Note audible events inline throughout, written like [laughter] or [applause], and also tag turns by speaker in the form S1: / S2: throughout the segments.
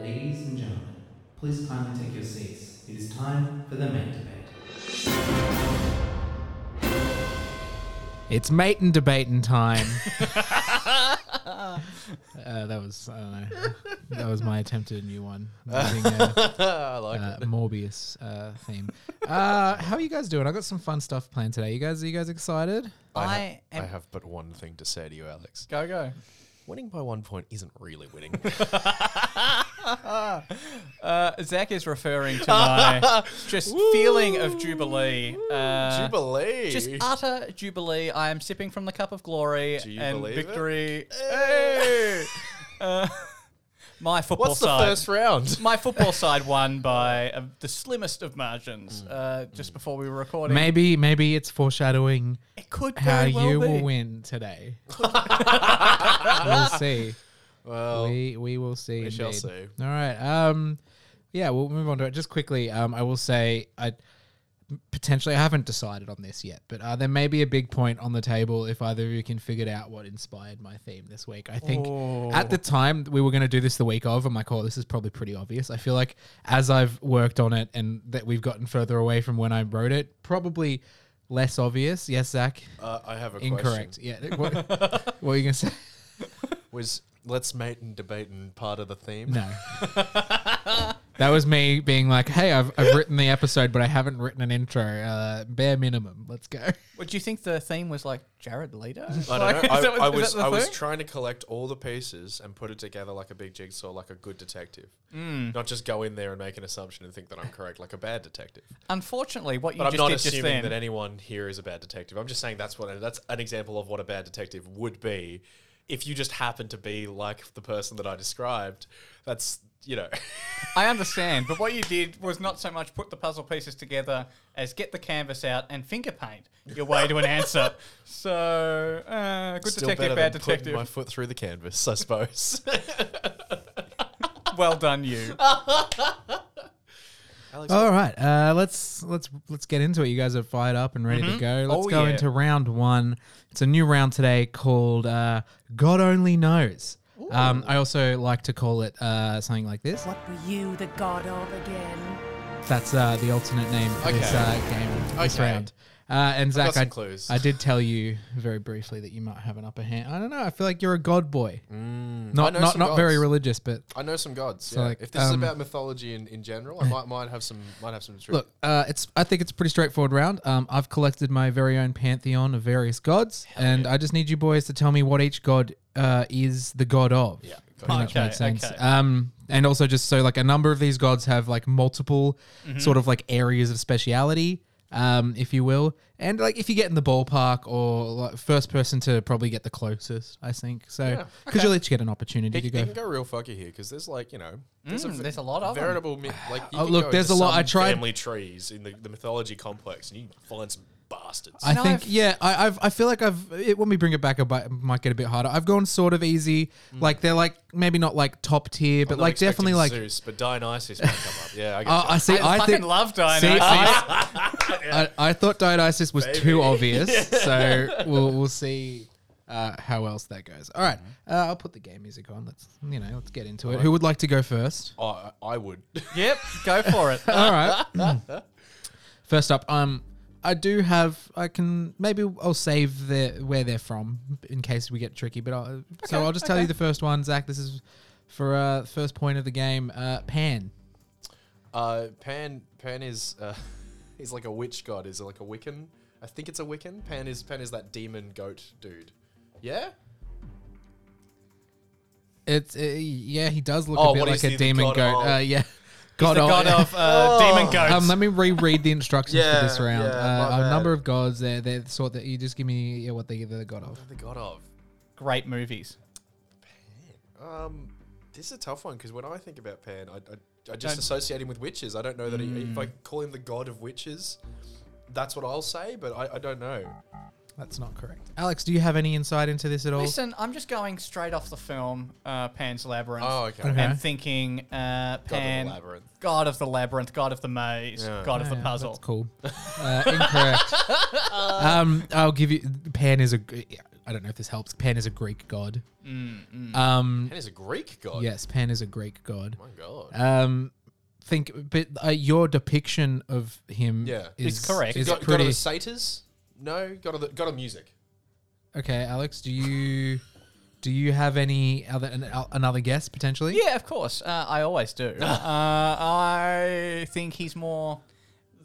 S1: Ladies and gentlemen, please kindly take your seats. It is time for the main debate.
S2: It's mate and debating time. [laughs] uh, that was I don't know. That was my attempt at a new one using a,
S3: [laughs] I like
S2: uh, Morbius uh, theme. Uh, how are you guys doing? I got some fun stuff planned today. You guys, are you guys excited?
S3: I, have,
S4: I am-
S3: I have but one thing to say to you, Alex.
S4: Go go.
S3: Winning by one point isn't really [laughs] winning.
S4: Uh, Zach is
S3: [laughs]
S4: referring to my just feeling of jubilee. Uh,
S3: Jubilee.
S4: Just utter jubilee. I am sipping from the cup of glory
S3: Do you
S4: and
S3: believe it?
S4: victory.
S3: Hey!
S4: Uh, [laughs] my football
S3: What's the
S4: side.
S3: first round?
S4: my football side won by uh, the slimmest of
S3: Mm.
S4: margins. Uh, just before we were recording,
S2: Maybe, maybe it's foreshadowing
S4: it could
S2: how
S4: very well
S2: you
S4: be.
S2: will win today. we'll see.
S3: Well,
S2: we we will see.
S3: we shall
S2: indeed.
S3: see.
S2: All right. Um, yeah, we'll move on to it just quickly. Um, I will say I potentially I haven't decided on this yet, but uh, there may be a big point on the table if either of you can figure out what inspired my theme this week. I think
S3: Oh.
S2: at the time we were going to do this the week of. I'm like, oh, this is probably pretty obvious. I feel like as I've worked on it and that we've gotten further away from when I wrote it, probably less obvious. Yes, Zach.
S3: uh, I have a
S2: Incorrect.
S3: question.
S2: Yeah. What, what were you gonna say?
S3: Was let's mate and debate and part of the theme? [laughs]
S2: No. that was me being like, hey, I've, I've written the episode, but I haven't written an intro. Uh, bare minimum. Let's go.
S4: What do you think the theme was like? Jared Leto.
S3: I
S4: Like,
S3: [laughs] don't know.
S4: [laughs] is
S3: I,
S4: that what-
S3: I
S4: is that
S3: was
S4: the
S3: I was
S4: thing?
S3: trying to collect all the pieces and put it together like a big jigsaw, like a good detective. Not just go in there and make an assumption and think that I'm correct, like a bad detective.
S4: Unfortunately, what you
S3: But I'm
S4: just
S3: not
S4: did just
S3: assuming
S4: then.
S3: that anyone here is a bad detective. I'm just saying that's what that's an example of what a bad detective would be. If you just happen to be like the person that I described, that's you know,
S4: I understand, but what you did was not so much put the puzzle pieces together as get the canvas out and finger paint your way to an answer. So, uh,
S3: [laughs]
S4: good
S3: still
S4: detective,
S3: better
S4: bad
S3: than
S4: detective.
S3: putting my foot through the canvas, I suppose.
S2: [laughs]
S4: well done, [laughs] you.
S2: All right. Uh, let's let's let's get into it. You guys are fired up and
S3: Mm-hmm.
S2: ready to go. Let's
S4: Oh,
S2: go
S4: yeah.
S2: into round one. It's a new round today called uh, God Only Knows. Um, I also like to call it uh, something like this.
S5: What were you the god of again?
S2: That's uh, the alternate name for this
S3: Okay.
S2: uh, game this
S3: Okay.
S2: round. Uh, and Zach,
S3: got some
S2: I,
S3: clues.
S2: I did tell you very briefly that you might have an upper hand. I don't know. I feel like you're a god boy. not
S3: Mm. know
S2: not,
S3: some
S2: not very
S3: gods.
S2: religious, but
S3: I know some gods.
S2: So,
S3: yeah.
S2: like,
S3: if this is
S2: um,
S3: about mythology in, in general, I might might have some might have some truth.
S2: look, uh, it's I think it's a pretty straightforward round. Um, I've collected my very own pantheon of various gods, and I just need you boys to tell me what each god uh, is the god of. Yeah, pretty much
S4: Okay,
S2: makes sense.
S4: okay.
S2: Um, and also just so like a number of these gods have like multiple
S4: Mm-hmm.
S2: sort of like areas of speciality, um, if you will. And like if you get in the ballpark or like, first person to probably get the closest, I think. So because you'll each get an opportunity
S3: It,
S2: to
S3: it
S2: go.
S3: can go real fucky here because there's like you know there's,
S4: Mm,
S3: a,
S4: there's a lot of 'em.
S3: veritable myth, like you
S2: Oh,
S3: can
S2: look,
S3: go
S2: there's
S3: into
S2: a lot.
S3: some
S2: I tried-
S3: family trees in the, the mythology complex and you find some bastards.
S2: I
S4: And
S2: think
S4: I've-
S2: yeah, I, I've I feel like I've it, when we bring it back, it might, might get a bit harder. I've gone sort of easy,
S4: Mm.
S2: like they're like maybe not like top tier, but
S3: Not
S2: like
S3: expecting
S2: definitely like.
S3: Zeus, but Dionysus might come up.
S2: [laughs]
S3: Yeah, I get
S2: Uh, I see.
S4: I,
S2: I,
S4: fucking
S2: think
S4: love
S2: see,
S4: [laughs] Dionysus.
S2: see, I, I thought Dionysus was too obvious,
S4: [laughs]
S2: so we'll we'll see uh, how else that goes. All right,
S4: Mm-hmm.
S2: uh, I'll put the game music on. Let's you know let's get into it. Who would like to go first?
S3: Oh, I- I would. [laughs]
S4: Yep, go for [laughs] it.
S2: All right. Mm. First up, um, I do have. I can maybe I'll save the where they're from in case we get tricky. But I'll, so I'll just tell you the first one, Zach. This is for uh first point of the game. Uh, Pan.
S3: Uh, Pan Pan is uh, [laughs] he's like a witch god. Is it like a Wiccan? I think it's a Wiccan. Pan is Pan is that demon goat dude. Yeah.
S2: It's uh, yeah, he does look
S3: Oh,
S2: a bit
S3: what
S2: like
S3: is
S2: a
S3: he, the
S2: demon
S3: god
S2: goat.
S3: of?
S2: Uh, yeah,
S4: the god of
S3: Oh.
S4: uh, demon
S2: [laughs]
S4: goats.
S2: Um, let me reread the instructions for
S3: Yeah,
S2: this round.
S3: yeah, my
S2: uh, a
S3: bad.
S2: number of gods. They're they're the sort that you just give me yeah, what they they're the god of.
S3: The god of.
S4: Great movies.
S3: Um, this is a tough one because when I think about Pan, I, I, I just
S4: Don't-
S3: associate him with witches. I don't know that he, if I
S2: Mm.
S3: call him the god of witches, that's what I'll say. But I, I don't know.
S2: That's not correct. Alex, do you have any insight into this
S3: Oh.
S2: at all?
S4: Listen, I'm just going straight off the film uh, Pan's Labyrinth.
S3: Oh, okay.
S2: Okay.
S4: And thinking uh,
S3: God of
S4: Pan,
S3: the labyrinth.
S4: God of the Labyrinth, God of the Maze,
S3: Yeah.
S4: God of the
S2: Yeah,
S4: Puzzle.
S2: That's cool. Uh, incorrect. um, I'll give you. Pan is a. g- I don't know if this helps. Pan is a Greek god. Um,
S3: And is a Greek god.
S2: yes, Pan is a Greek god.
S3: Oh my god.
S2: Um, think, but uh, your depiction of him,
S3: Yeah.
S2: is
S4: It's correct.
S2: Is
S3: god, god
S2: pretty
S3: of the satyrs? No. God of the god of music.
S2: okay, Alex. Do you do you have any other an, another guess potentially?
S4: Yeah, of course. Uh, I
S2: [laughs]
S4: always do. uh, I think he's more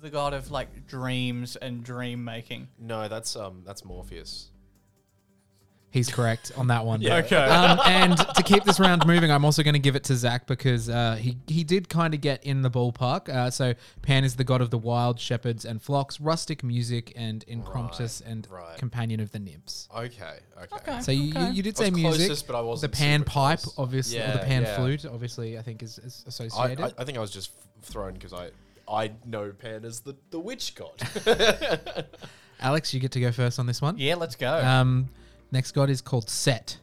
S4: the god of like dreams and dream making.
S3: No, that's um that's Morpheus.
S2: He's correct on that one.
S4: Okay.
S2: um, and to keep this round moving, I'm also going to give it to Zach because uh, he he did kind of get in the ballpark. Uh, so Pan is the god of the wild, shepherds and flocks, rustic music, and Incromptus and
S3: right.
S2: companion of the nymphs.
S3: Okay. Okay.
S4: Okay.
S2: So you, you- you did
S3: I was
S2: say music,
S3: closest, but I wasn't
S2: the pan
S3: super
S2: pipe,
S3: close.
S2: obviously, or
S3: Yeah,
S2: the pan
S3: yeah.
S2: flute, obviously, I think is, is
S3: I,
S2: associated.
S3: I, I think I was just f- thrown because I I know Pan as the, the witch god.
S2: Alex, you get to go first on this one.
S4: Yeah, let's go.
S2: Um, next god is called Set,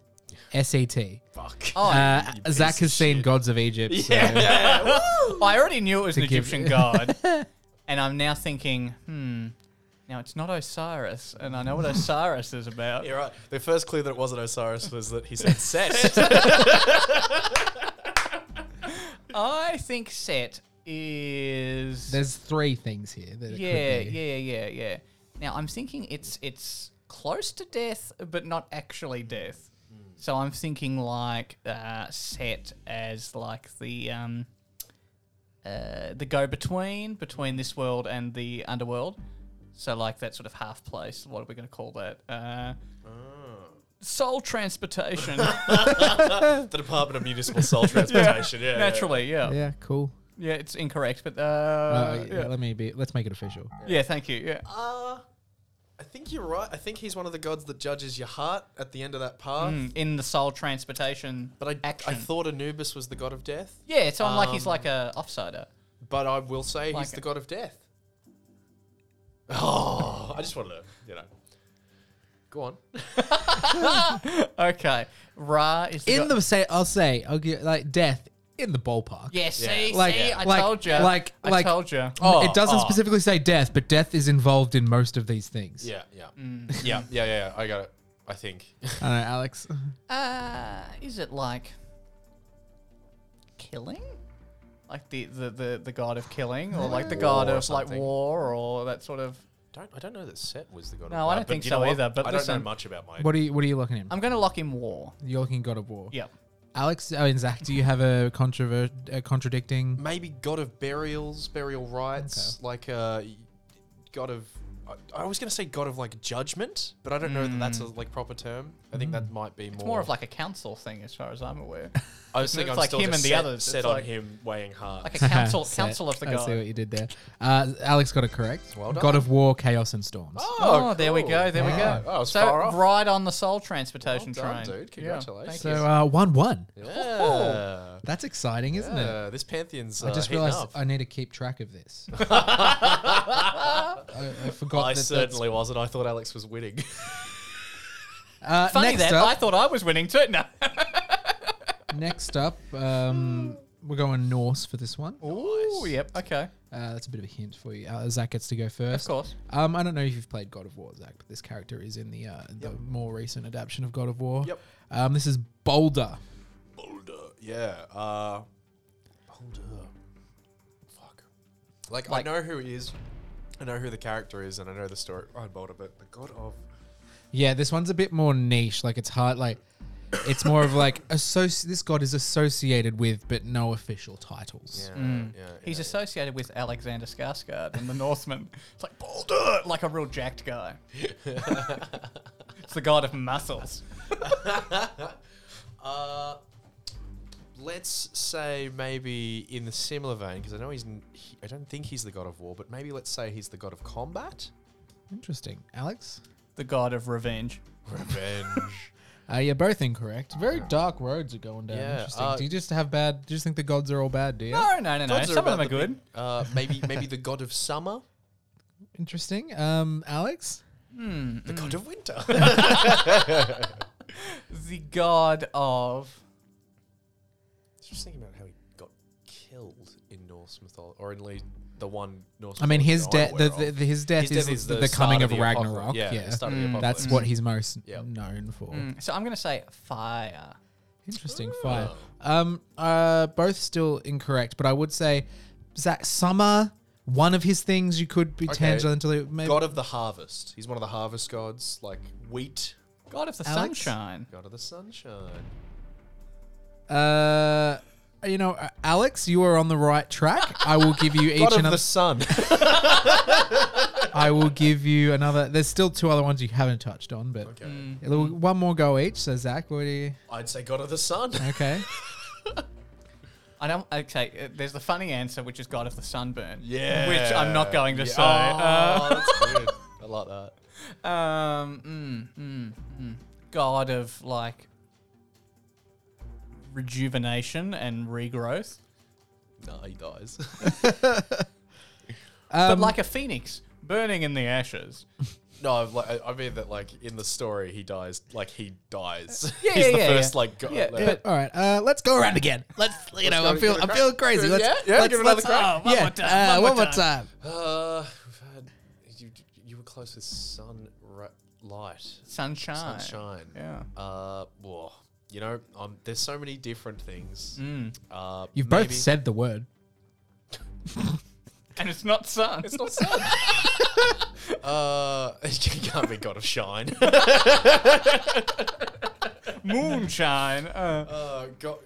S2: S E T.
S3: [laughs] [laughs] Fuck.
S4: oh,
S2: Uh,
S3: you piece
S2: Zach
S3: of
S2: has seen
S3: shit.
S2: gods of
S3: [laughs]
S2: Egypt. so-
S4: [laughs] I already knew it was an
S2: To give- [laughs]
S4: Egyptian god, and I'm now thinking, hmm. Now it's not Osiris, and I
S2: [laughs]
S4: know what Osiris is about.
S3: You're right. The first clue that it wasn't Osiris was that he said [laughs] set.
S4: I think Set is
S2: There's three things here. That it could
S4: yeah,
S2: be.
S4: yeah, yeah, yeah. Now I'm thinking it's it's close to death, but not actually death. So I'm thinking like uh, set as like the um, uh, the go between between this world and the underworld. So like that sort of half place. What are we going to call that? Uh, Soul transportation. [laughs]
S3: the Department of Municipal Soul Transportation. [laughs] Yeah. yeah,
S4: Naturally, yeah. yeah,
S2: Yeah, cool.
S4: It's incorrect, but uh,
S2: Uh,
S4: yeah. Um,
S2: Let me be. Let's make it official.
S4: yeah, thank you. Yeah.
S3: Uh, I think you're right. I think he's one of the gods that judges your heart at the end of that path.
S4: Mm, in the soul transportation.
S3: But I,
S4: action.
S3: I thought Anubis was the god of death.
S4: Yeah, so I'm like
S3: Um,
S4: he's like a offsider.
S3: But I will say
S4: Like
S3: he's
S4: it.
S3: the god of death. Oh, I just wanted to, you know. Go [laughs] on.
S4: Okay, Ra is the
S2: In
S4: go-
S2: the say, I'll say, I'll give, like death in the ballpark.
S4: yeah. See,
S2: Like-
S4: see, I
S2: like-
S4: told you.
S2: like-
S4: I
S2: like-
S4: told you.
S2: Oh, it doesn't
S3: oh.
S2: specifically say death, but death is involved in most of these things.
S3: Yeah, yeah. yeah, yeah, yeah, yeah. I got it. I think.
S2: I don't know,
S4: [laughs]
S2: Alex.
S4: Uh, is it like killing? Like the, the, the, the god of killing, or like the god
S3: War or
S4: of like
S3: something.
S4: war, or that sort of.
S3: Don't, I don't know that Set was the god
S4: No,
S3: of
S4: I
S3: war,
S4: don't
S3: but
S4: think
S3: you know
S4: so
S3: what?
S4: either, but
S3: I don't
S4: listen.
S3: know much about my.
S2: What are you? What are you looking at?
S4: I'm gonna lock in war.
S2: You're looking God of War.
S4: Yep.
S2: Alex oh, and Zach, do you have a controver- a contradicting?
S3: Maybe god of burials, burial rites, like uh, god of. I, I was going to say god of like judgment, but I don't know that that's a like proper term. I think
S2: Hmm.
S3: that might be more.
S4: Hmm. It's more of like a council thing, as far as I'm
S3: [laughs]
S4: aware.
S3: I was thinking
S4: it's
S3: I'm
S4: like
S3: still
S4: him
S3: just
S4: and the
S3: set,
S4: others.
S3: Set
S4: It's
S3: on
S4: like-
S3: him weighing hard.
S4: Like a
S2: [laughs]
S4: council,
S2: Set.
S4: council Mm, of the
S2: I see
S4: god.
S2: what you did there. Uh, Alex got it correct.
S3: Well
S2: God
S3: done.
S2: of War, Chaos and Storms.
S4: Oh, there we
S3: cool.
S4: go, there
S2: Yeah.
S4: we
S3: Oh,
S4: go.
S3: I was
S4: so
S3: far off.
S4: right on the soul transportation
S3: Well done,
S4: train,
S3: dude. Congratulations.
S4: Yeah,
S2: so uh, one one.
S3: Yeah.
S4: Oh,
S2: That's exciting, isn't it?
S3: Yeah, This pantheon's. Uh,
S2: I just
S3: realized.
S2: realized I need to keep track of this. I, I forgot.
S3: I
S2: that that's-
S3: certainly wasn't. I thought Alex was winning. [laughs]
S2: Uh,
S4: Funny
S2: next
S4: that I
S2: up,
S4: thought I was winning too. No.
S2: next up, um, we're going Norse for this one.
S4: Ooh, yep. Okay.
S2: Uh, that's a bit of a hint for you. Uh, Zach gets to go first.
S4: Of course.
S2: Um, I don't know if you've played God of War, Zach, but this character is in the uh, the more recent adaptation of God of War.
S3: Yep.
S2: Um, this is Boulder.
S3: Boulder. Yeah. Uh, Boulder. Fuck. Like,
S4: Like-
S3: I know who he is. I know who the character is, and I know the story behind Boulder. But the god of
S2: Yeah, this one's a bit more niche. Like it's hard. Like it's more of like [laughs] associ- This god is associated with, but no official titles.
S3: yeah,
S4: Mm. He's associated with Alexander Skarsgård and the Northmen. It's like Baldur, like a real
S3: [laughs]
S4: jacked guy. it's the god of muscles.
S3: Uh, let's say maybe in the similar vein, because I know he's. n- He, I don't think he's the god of war, but maybe let's say he's the god of
S4: [laughs]
S3: combat.
S2: Interesting, Alex.
S4: The god of revenge.
S3: Revenge.
S2: Uh, you're both incorrect. Very dark roads are going down.
S3: Oh, Yeah,
S2: Interesting.
S3: uh,
S2: do you just have bad? Do you just think the gods are all bad? Do you?
S4: No, no, no, no.
S3: Gods
S4: Some of them
S3: about the
S4: are good.
S3: big- uh, maybe maybe the god of summer,
S2: Interesting. Um, Alex.
S3: the
S4: Mm.
S3: god of winter.
S4: The god of.
S3: Just thinking about how he got killed in Norse mythology, or in Le- the one Norse.
S2: I mean,
S3: mythology
S2: his
S3: I'm
S2: death,
S3: aware
S2: the,
S3: of.
S2: the, the- his death
S3: His death
S2: is, the, the
S3: start
S2: coming of
S3: the
S2: Ragnarok. Mm.
S3: apocalypse.
S2: Yeah,
S3: the start of the
S2: that's
S3: apocalypse.
S2: what he's most
S3: Yep.
S2: known for.
S4: Mm, so I'm going to say fire.
S2: Interesting
S3: Ah.
S2: fire. Um, uh, both still incorrect, but I would say Zach Summer. One of his things you could be
S3: Okay.
S2: tangentially maybe
S3: God of the harvest. He's one of the harvest gods, like wheat.
S4: God of the
S2: Alex?
S4: sunshine.
S3: God of the sunshine.
S2: Uh, you know, uh, Alex, you are on the right track. I will give
S3: [laughs]
S2: you each
S3: God of
S2: another.
S3: the
S2: [laughs]
S3: sun.
S2: I will give you another. There's still two other ones you haven't touched on, but
S3: okay.
S2: We'll- one more go each. So Zach, what do you?
S3: I'd say God of the
S2: [laughs]
S3: sun.
S2: Okay,
S4: I don't. Okay, uh, there's the funny answer, which is God of the sunburn.
S3: Yeah.
S4: Which I'm not going to
S3: Yeah.
S4: say.
S3: Oh,
S2: Uh,
S3: that's
S2: [laughs]
S3: good. I like that.
S4: Uh, um, mm, mm, mm. God of like rejuvenation and regrowth,
S3: No, he dies. [laughs]
S4: but like a phoenix burning in the ashes.
S3: no, I've like, I- I mean that like in the story he dies. Like he
S2: Uh,
S3: dies.
S4: Yeah,
S3: [laughs] He's
S4: yeah,
S3: the
S4: yeah,
S3: first
S4: yeah.
S3: like god.
S4: Yeah,
S3: like-
S4: but-
S2: all right. Uh, let's go around again. Let's you know, I
S3: go
S2: feel
S3: again.
S2: I'm feeling crazy. Let's,
S3: Yeah, yeah,
S2: let's,
S3: give it another
S2: let's-
S3: crack.
S4: Oh, one
S2: yeah,
S4: more time,
S2: uh,
S4: one
S2: one
S4: more
S2: more time.
S3: Uh, we've had, you you were close with sun ra- light
S4: Sunshine.
S3: sunshine.
S4: Yeah.
S3: Uh, whoa. You know, um, there's so many different things. Uh,
S2: Mm. You've both
S3: maybe-
S2: said the word.
S4: And it's not sun. It's
S2: [laughs]
S4: not sun.
S3: Uh, [laughs] you can't be God of Shine.
S2: [laughs]
S4: Moonshine. Uh,
S3: uh, God,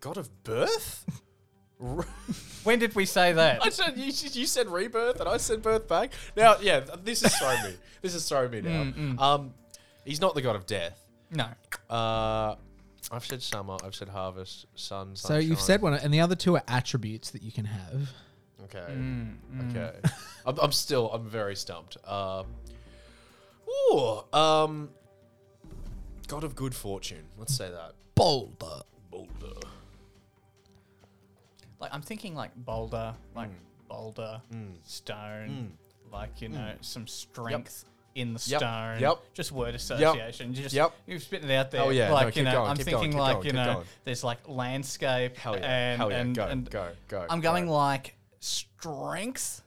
S3: God of Birth. R-
S4: when did we say
S3: [laughs]
S4: that?
S3: I said you, you said rebirth, and I said birth back. Now, yeah, th- this is throwing me. This is
S2: [laughs]
S3: throwing me
S2: Mm,
S3: now. Um, he's not the God of Death.
S4: No.
S3: Uh, I've said summer. I've said harvest, sun.
S2: So you've
S3: sunshine.
S2: said one, and the other two are attributes that you can have.
S3: Okay.
S4: Mm,
S3: Okay. I'm, I'm still. I'm very stumped. Um. Ooh. Um. God of good fortune. Let's say that.
S2: Boulder.
S3: Boulder.
S4: Like I'm thinking like boulder, like
S3: Mm.
S4: boulder, stone, like you know some strength in the
S3: Yep.
S4: stone.
S3: Yep.
S4: Just word association. You just
S3: Yep.
S4: you've spit it out there.
S3: Oh, yeah. No,
S4: Like
S3: keep
S4: you know,
S3: going,
S4: I'm
S3: keep going,
S4: thinking
S3: keep
S4: like
S3: going,
S4: you
S3: keep
S4: know,
S3: going.
S4: there's like landscape.
S3: Hell yeah.
S4: And,
S3: Hell yeah.
S4: And,
S3: go.
S4: and
S3: go. Go.
S4: I'm going like strength.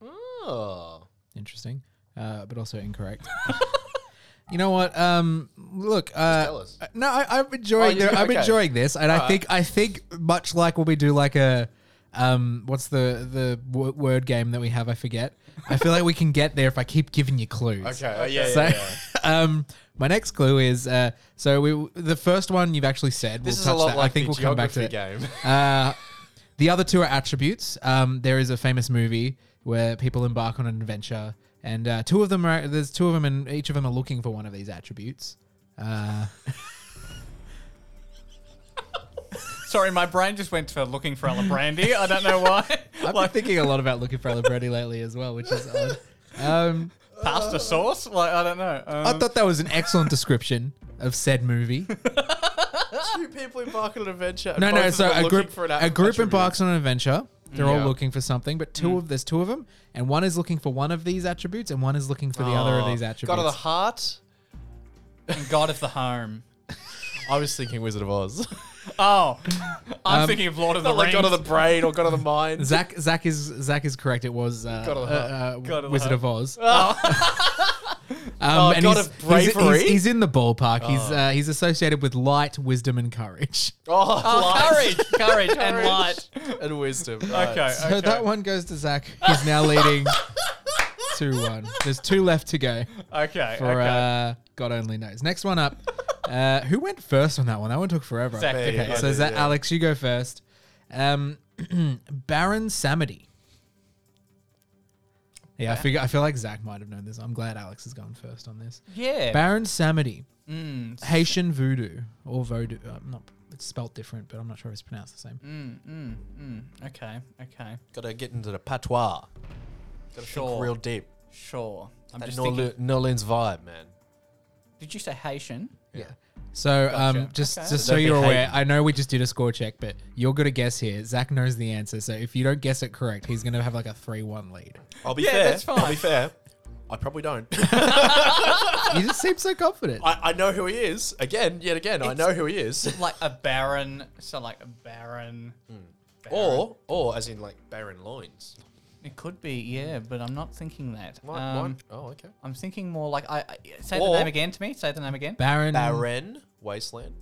S3: Oh.
S2: Interesting, uh, but also incorrect. [laughs] you know what? Um, look, uh,
S3: tell us.
S2: uh, no, I, I'm
S3: Oh,
S2: enjoying.
S3: you-
S2: the, I'm
S3: okay.
S2: enjoying this, and I think I think much like when we do like a. Um, what's the the w- word game that we have? I forget. I feel like we can get there if I keep giving you clues.
S3: Okay. uh, yeah.
S2: So,
S3: yeah, yeah.
S2: [laughs] um, my next clue is uh, so we the first one you've actually said.
S3: This is
S2: we'll
S3: a
S2: touch
S3: lot
S2: that.
S3: like
S2: I think
S3: the
S2: we'll come back to it.
S3: geography game.
S2: Uh, the other two are attributes. Um, there is a famous movie where people embark on an adventure, and uh, two of them are there's two of them, and each of them are looking for one of these attributes. Uh,
S4: Sorry, my brain just went to looking for Ella Brandy. I don't
S3: [laughs]
S4: know why.
S2: I've been
S4: [laughs] like
S2: thinking a lot about looking for Ella Brady lately as well, which is odd. Um,
S4: pasta sauce. Like I don't know.
S2: I
S4: Um,
S2: thought that was an excellent description of said movie.
S3: [laughs] Two people embark on an adventure.
S2: [laughs]
S3: and
S2: No,
S3: both
S2: no.
S3: of
S2: So
S3: them are
S2: a
S3: looking
S2: group,
S3: for an
S2: a group
S3: attribute.
S2: embarks on an adventure. They're
S3: Yeah. Hmm.
S2: all looking for something, but two of there's two of them, and one is looking for one of these attributes, and one is looking for the other of
S3: Oh,
S2: these attributes.
S3: God of the heart.
S4: and God of the Home.
S3: I was thinking Wizard of Oz. [laughs]
S4: Oh, I'm
S2: Um,
S4: thinking of Lord of the
S3: Not like
S4: Rings.
S3: God of the brain or God of the mind.
S2: Zach, Zach is Zach is correct. It was uh,
S3: God
S2: uh,
S3: of the
S2: uh,
S4: God of the
S2: Wizard
S4: Hut.
S2: of
S3: [laughs]
S2: Oz. [laughs] Um,
S3: Oh,
S2: and
S3: God
S2: he's-
S3: of
S2: he's- he's-
S3: bravery.
S2: He's, in the ballpark. He's uh, he's associated with light, wisdom, and courage. [laughs]
S3: Oh,
S4: courage,
S3: [laughs]
S4: courage, and
S3: Courage.
S4: light.
S3: and wisdom.
S4: Okay,
S2: So that one goes to Zach. He's now leading [laughs] two one. There's two left to go
S4: okay,
S2: for
S4: okay.
S2: uh, God only knows. Next one
S4: [laughs]
S2: up. Uh, who went first on that one? That one took forever.
S4: Zach did.
S2: Okay,
S3: Yeah,
S2: so
S3: yeah,
S2: Zach,
S3: yeah.
S2: Alex, you go first. Um, [clears throat] Baron Samity. Yeah, I figure. I feel like Zach might have known this. I'm glad Alex has gone first on this.
S4: yeah.
S2: Baron Samity,
S4: mm,
S2: Haitian voodoo or voodoo. I'm not. It's spelt different, but I'm not sure if it's pronounced the same.
S4: mm, mm, mm. Okay, okay.
S3: Gotta get into the patois. Gotta
S4: Sure.
S3: think real deep.
S4: Sure. I'm
S3: That
S4: just
S3: New
S4: thinking.
S3: Orle- New Orleans vibe, man.
S4: Did you say Haitian?
S2: Yeah. So, um,
S4: Gotcha.
S2: just
S4: Okay.
S2: just
S3: So
S2: so
S3: don't be
S2: you're aware,
S3: hating.
S2: I know we just did a score check, but you're gonna guess here. Zach knows the answer, so if you don't guess it correct, he's gonna have like a three-one lead.
S3: I'll be
S4: Yeah,
S3: fair.
S4: that's fine.
S3: I'll be fair. I probably don't. [laughs]
S2: you just seem so [laughs] confident.
S3: I, I know who he is. Again, yet again, I know who he is. Hmm.
S4: Like a baron. So like a baron.
S3: Or, or as in like barren loins.
S4: It could be, yeah, but I'm not thinking that.
S3: What,
S4: Um,
S3: what? Oh, okay.
S4: I'm thinking more like I, I say
S3: Or-
S4: the name again to me. Say the name again.
S2: Baron, Baron,
S3: Barren wasteland.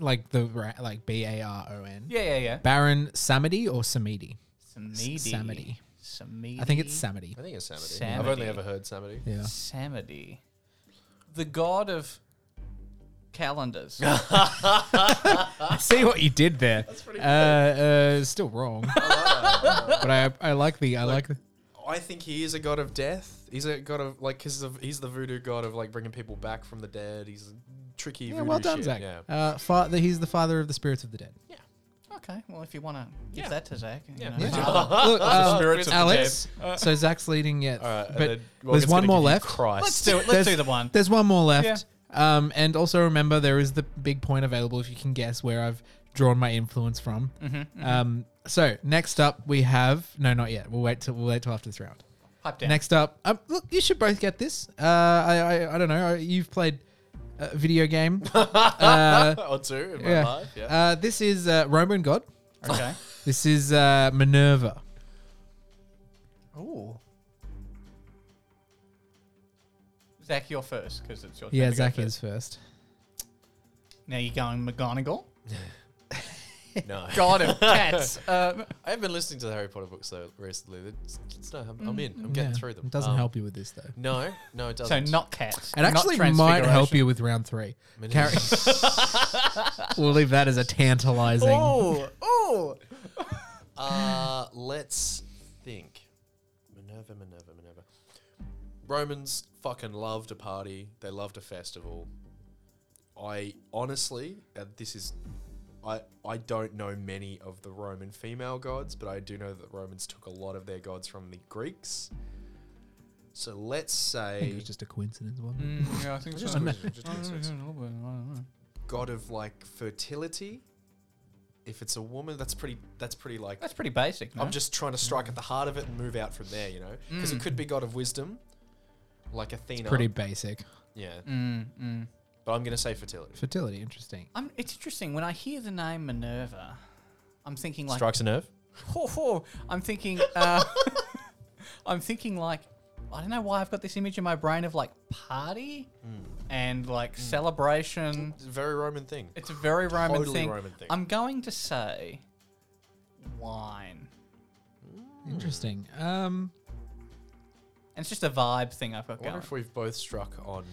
S2: like the ra- like B A R O N.
S4: yeah, yeah, yeah.
S2: Baron Samedi or Samedi?
S4: Samedi.
S2: Samedi.
S4: Samedi.
S2: I think it's Samedi.
S3: I think it's Samity. I've
S4: Samity.
S3: only ever heard Samity.
S2: Yeah.
S4: Samedi. The god of calendars.
S3: [laughs]
S2: I see what you did there. That's pretty uh, uh, still [laughs] wrong. but I I like the I like the,
S3: I think he is a god of death. He's a god of like because he's the voodoo god of like bringing people back from the dead. He's a tricky.
S2: yeah.
S3: voodoo
S2: Well done,
S3: shit.
S2: Zach.
S3: Yeah.
S2: Uh, father, he's the father of the spirits of the dead.
S4: okay, well, if you want to give
S3: Yeah.
S4: that to Zach. you
S3: Yeah.
S4: know,
S3: Yeah. [laughs]
S4: Father.
S2: Look, uh,
S3: spirits of the
S2: Alex. so Zach's leading yet,
S3: All right, and
S2: but
S3: then
S2: there's
S3: Morgan's
S2: one
S3: gonna
S2: more
S3: give you
S2: left.
S3: Christ. [laughs]
S4: Let's do it. Let's do the one.
S2: There's one more left. Um, and also remember, there is the big point available if you can guess where I've drawn my influence from.
S4: Mm-hmm,
S2: Um, so next up we have no, not yet. We'll wait till we'll wait till after this round.
S4: Pipe down.
S2: Next up, um, look, you should both get this. Uh, I, I I don't know. You've played a video
S3: [laughs]
S2: game. uh,
S3: or two in my
S2: yeah.
S3: life.
S2: [laughs]
S3: Yeah.
S2: Uh, this is uh, Roman God. [laughs]
S4: Okay.
S2: This is uh, Minerva.
S4: Ooh. Zach, you're first because it's your turn
S2: Yeah,
S4: to go
S2: Zach
S4: first.
S2: is first.
S4: Now you're going McGonagall.
S3: no.
S4: God of
S3: [laughs]
S4: cats. Um,
S3: I have been listening to the Harry Potter books though recently. It's, it's no, I'm, I'm in. I'm getting
S2: Mm. Yeah.
S3: through them.
S2: It doesn't
S3: Um,
S2: help you with this though.
S3: No, no, it
S4: so
S3: doesn't.
S4: not cats.
S2: It
S4: not
S2: actually might help
S4: Transfiguration.
S2: you with round three.
S3: Minerva.
S2: Carry- [laughs] we'll leave that as a tantalizing.
S3: Oh, oh. uh, let's think. Minerva, Minerva, Minerva. Romans fucking loved a party. They loved a festival. I honestly, uh, this is, I I don't know many of the Roman female gods, but I do know that Romans took a lot of their gods from the Greeks. So let's
S2: I think it
S3: say
S2: was just a coincidence, one.
S4: Mm, yeah, I think so. Mm,
S3: just
S4: Mm-hmm.
S3: god of like fertility. If it's a woman, that's pretty. That's pretty like
S4: That's pretty basic. No?
S3: I'm just trying to strike at the heart of it and move out from there, you know? Because it could be God of Wisdom, like Athena.
S2: Mm. Pretty basic.
S3: Yeah.
S4: Mm, mm.
S3: But I'm going to say fertility.
S2: Fertility, interesting.
S4: I'm, it's interesting when I hear the name Minerva. I'm thinking like,
S3: Strikes a nerve?
S4: ho, ho. I'm thinking, uh, [laughs] I'm thinking like, I don't know why I've got this image in my brain of like party
S3: Mm.
S4: and like celebration.
S3: It's a very Roman thing.
S4: It's a very Roman,
S3: Totally
S4: thing.
S3: Roman thing.
S4: I'm going to say wine.
S3: Hmm.
S2: Interesting. Um,
S4: And it's just a vibe thing I've got
S3: I wonder
S4: going.
S3: if we've both struck on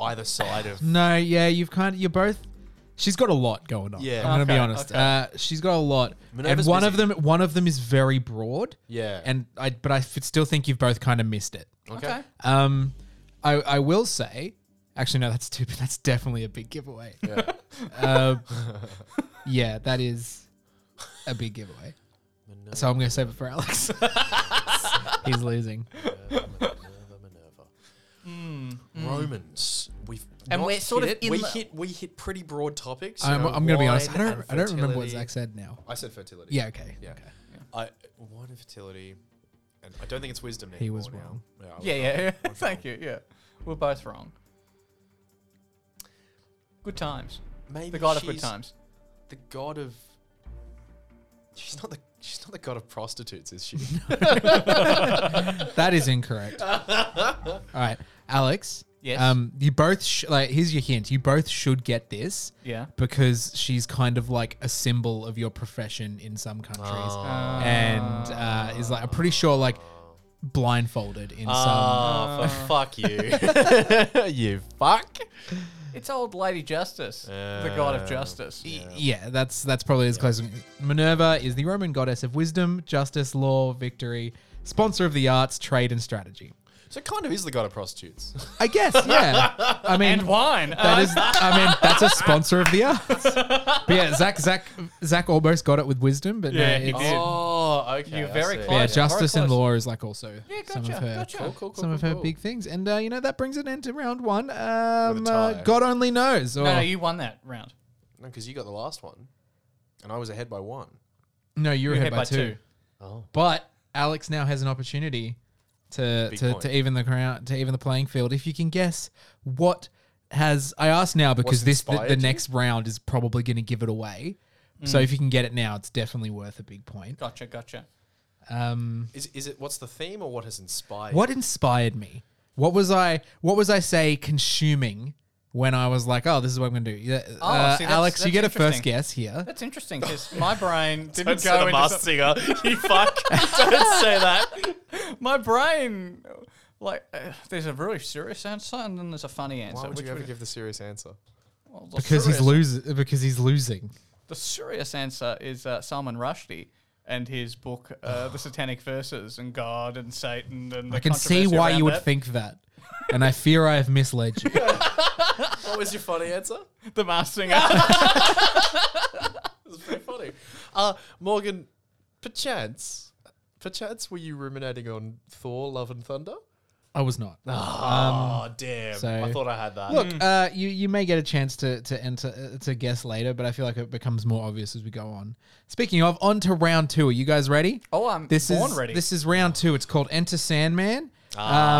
S3: either
S2: [laughs]
S3: side of.
S2: no, yeah, you've kind of, you're both. She's got a lot going on.
S3: Yeah.
S2: I'm gonna be
S4: Okay,
S2: honest.
S4: okay.
S2: Uh, she's got a lot,
S3: Minerva's
S2: and one of
S3: busy.
S2: them, one of them is very broad.
S3: Yeah.
S2: and I, but I f- still think you've both kind of missed it.
S3: Okay.
S4: okay.
S2: Um, I, I will say, actually, no, that's stupid. [laughs] That's definitely a big giveaway.
S4: [laughs]
S3: Yeah.
S2: Uh,
S3: [laughs]
S2: yeah, that is a big giveaway.
S3: Minerva,
S2: So I'm going to save it for Alex.
S3: [laughs]
S2: He's losing.
S3: Minerva, Minerva.
S2: Mm,
S3: Romans. We've.
S4: And
S3: not
S4: we're sort
S3: hit
S4: of
S3: it.
S4: in
S3: we
S4: the-
S3: hit we hit pretty broad topics. you
S2: I'm,
S3: know,
S2: I'm going to be honest. I
S3: wine
S2: don't,
S3: and
S2: I don't remember what
S3: fertility.
S2: Zach said now.
S3: I said fertility.
S2: Yeah, okay.
S3: Yeah.
S2: okay.
S3: I wine and fertility, and I don't think it's wisdom.
S2: He was
S3: anymore
S2: wrong.
S3: now.
S4: Yeah, yeah, yeah. Thank you. Yeah, we're both wrong. Good times.
S3: Maybe
S4: The god of good
S3: she's
S4: times.
S3: The god of. She's not the. She's not the god of prostitutes, is she?
S2: That is
S3: [laughs]
S2: incorrect. All right, Alex.
S4: Yes.
S2: Um, you both sh- like. Here's your hint. You both should get this
S4: Yeah.
S2: because she's kind of like a symbol of your profession in some countries,
S3: Oh.
S2: and uh, is like I'm pretty sure like blindfolded in some.
S3: oh, for fuck you! you fuck!
S4: It's old lady justice, the god of
S3: Um,
S4: justice.
S2: Y- Yeah, that's that's probably as close. as Minerva is the Roman goddess of wisdom, justice, law, victory, sponsor of the arts, trade, and strategy.
S3: So it kind of is the god of prostitutes. [laughs]
S2: I
S4: [laughs]
S2: guess, yeah. I mean,
S4: And wine.
S2: That
S4: Uh,
S2: is, I mean, that's a sponsor of the
S4: [laughs]
S2: arts. But yeah, Zach, Zach, Zach almost got it with wisdom, but
S4: Yeah,
S2: no,
S4: he
S2: it's,
S4: did.
S3: oh, okay.
S4: You're
S3: I
S4: very
S3: see.
S4: close.
S2: yeah,
S4: Very
S2: justice and
S4: close.
S2: law is like also
S4: Yeah,
S2: some of
S4: gotcha,
S2: her,
S4: gotcha. Cool,
S3: cool,
S2: some of
S3: cool,
S2: her
S3: cool.
S2: big things, and uh, you know that brings an end to round one. Um,
S3: With a
S2: uh,
S3: tie.
S2: God only knows. Oh, Or,
S4: no,
S2: no,
S4: no, you won that round.
S3: No, because you got the last one, and I was ahead by one.
S2: you were
S4: You
S2: ahead by, two.
S3: Oh,
S2: But Alex now has an opportunity to
S3: Big
S2: to,
S3: point.
S2: to even the crown to even the playing field. If you can guess what has I asked now because this
S3: What's
S2: the, the
S3: inspired you?
S2: next round is probably going to give it away.
S4: Mm.
S2: So if you can get it now, it's definitely worth a big point.
S4: Gotcha, gotcha.
S2: Um,
S3: Is, is it what's the theme or what has inspired?
S2: what inspired me? What was I? What was I say consuming when I was like, oh, this is what I'm going to do? Yeah,
S4: Oh,
S2: uh,
S4: see, that's-
S2: Alex, you
S4: that's
S2: get a first
S4: interesting.
S2: guess here.
S4: That's interesting because my brain
S3: Don't
S4: didn't
S3: say
S4: go
S3: the
S4: into
S3: masked
S4: some- [laughs]
S3: singer. You fuck. Don't say that.
S4: my brain. Like, uh, there's a really serious answer and then there's a funny answer.
S3: Why would
S4: which
S3: you ever
S4: would-
S3: give the serious answer?
S4: well, the
S2: Because he's
S4: serious-
S2: losing. Because he's losing.
S4: The serious answer is uh, Salman Rushdie and his book, uh, The Satanic Verses, and God and Satan. And the
S2: I can see
S4: controversy
S2: why
S4: around
S2: you would
S4: that.
S2: think that, and I fear I have misled you.
S4: [laughs]
S3: What was your funny answer?
S4: the masked singer.
S3: It was pretty funny. Uh, Morgan, perchance, perchance were you ruminating on Thor, Love and Thunder?
S2: I was not.
S4: [laughs]
S3: oh, damn.
S2: so-
S3: I thought I had that.
S2: Look,
S4: Mm.
S2: uh, you you may get a chance to to enter uh, to guess later, but I feel like it becomes more obvious as we go on. Speaking of, on to round two. Are you guys ready?
S4: oh, I'm
S2: This
S4: born
S2: is
S4: ready.
S2: this is round two. It's called Enter Sandman.
S3: Ah.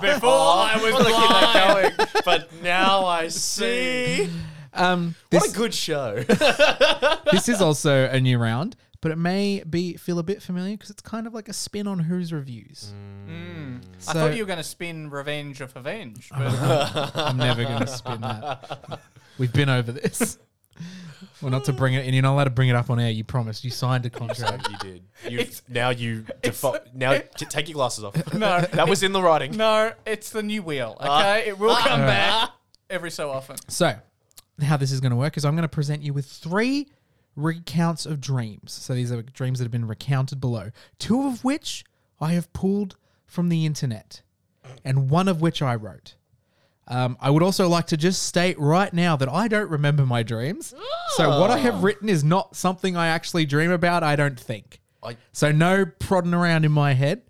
S4: Before
S2: Oh.
S4: I was
S3: I keep that going, but
S2: [laughs]
S3: now I see.
S2: Um,
S3: What
S2: this
S3: a good show.
S2: this is also a new round, but it may be feel a bit familiar because it's kind of like a spin on Who's reviews.
S4: I
S2: So-
S4: thought you were going to spin Revenge
S3: [laughs]
S4: of Revenge. But
S2: [laughs] I'm never going to spin that.
S4: [laughs]
S2: We've been over this. Well, not to bring it, and you're not allowed to bring it up on air. You promised. You signed a contract.
S3: you did. [laughs] You now you default. Now t- take your glasses off. [laughs] No, that was in the writing.
S4: no, it's the new wheel,
S3: Ah.
S4: okay? it will come back every so often.
S2: So, how this is going to work is I'm going to present you with three recounts of dreams. So, these are dreams that have been recounted below, two of which I have pulled from the internet, and one of which I wrote. Um, I would also like to just state right now that I don't remember my dreams. So, what I have written is not something I actually dream about, I don't think.
S3: I-
S2: So, no prodding around in my head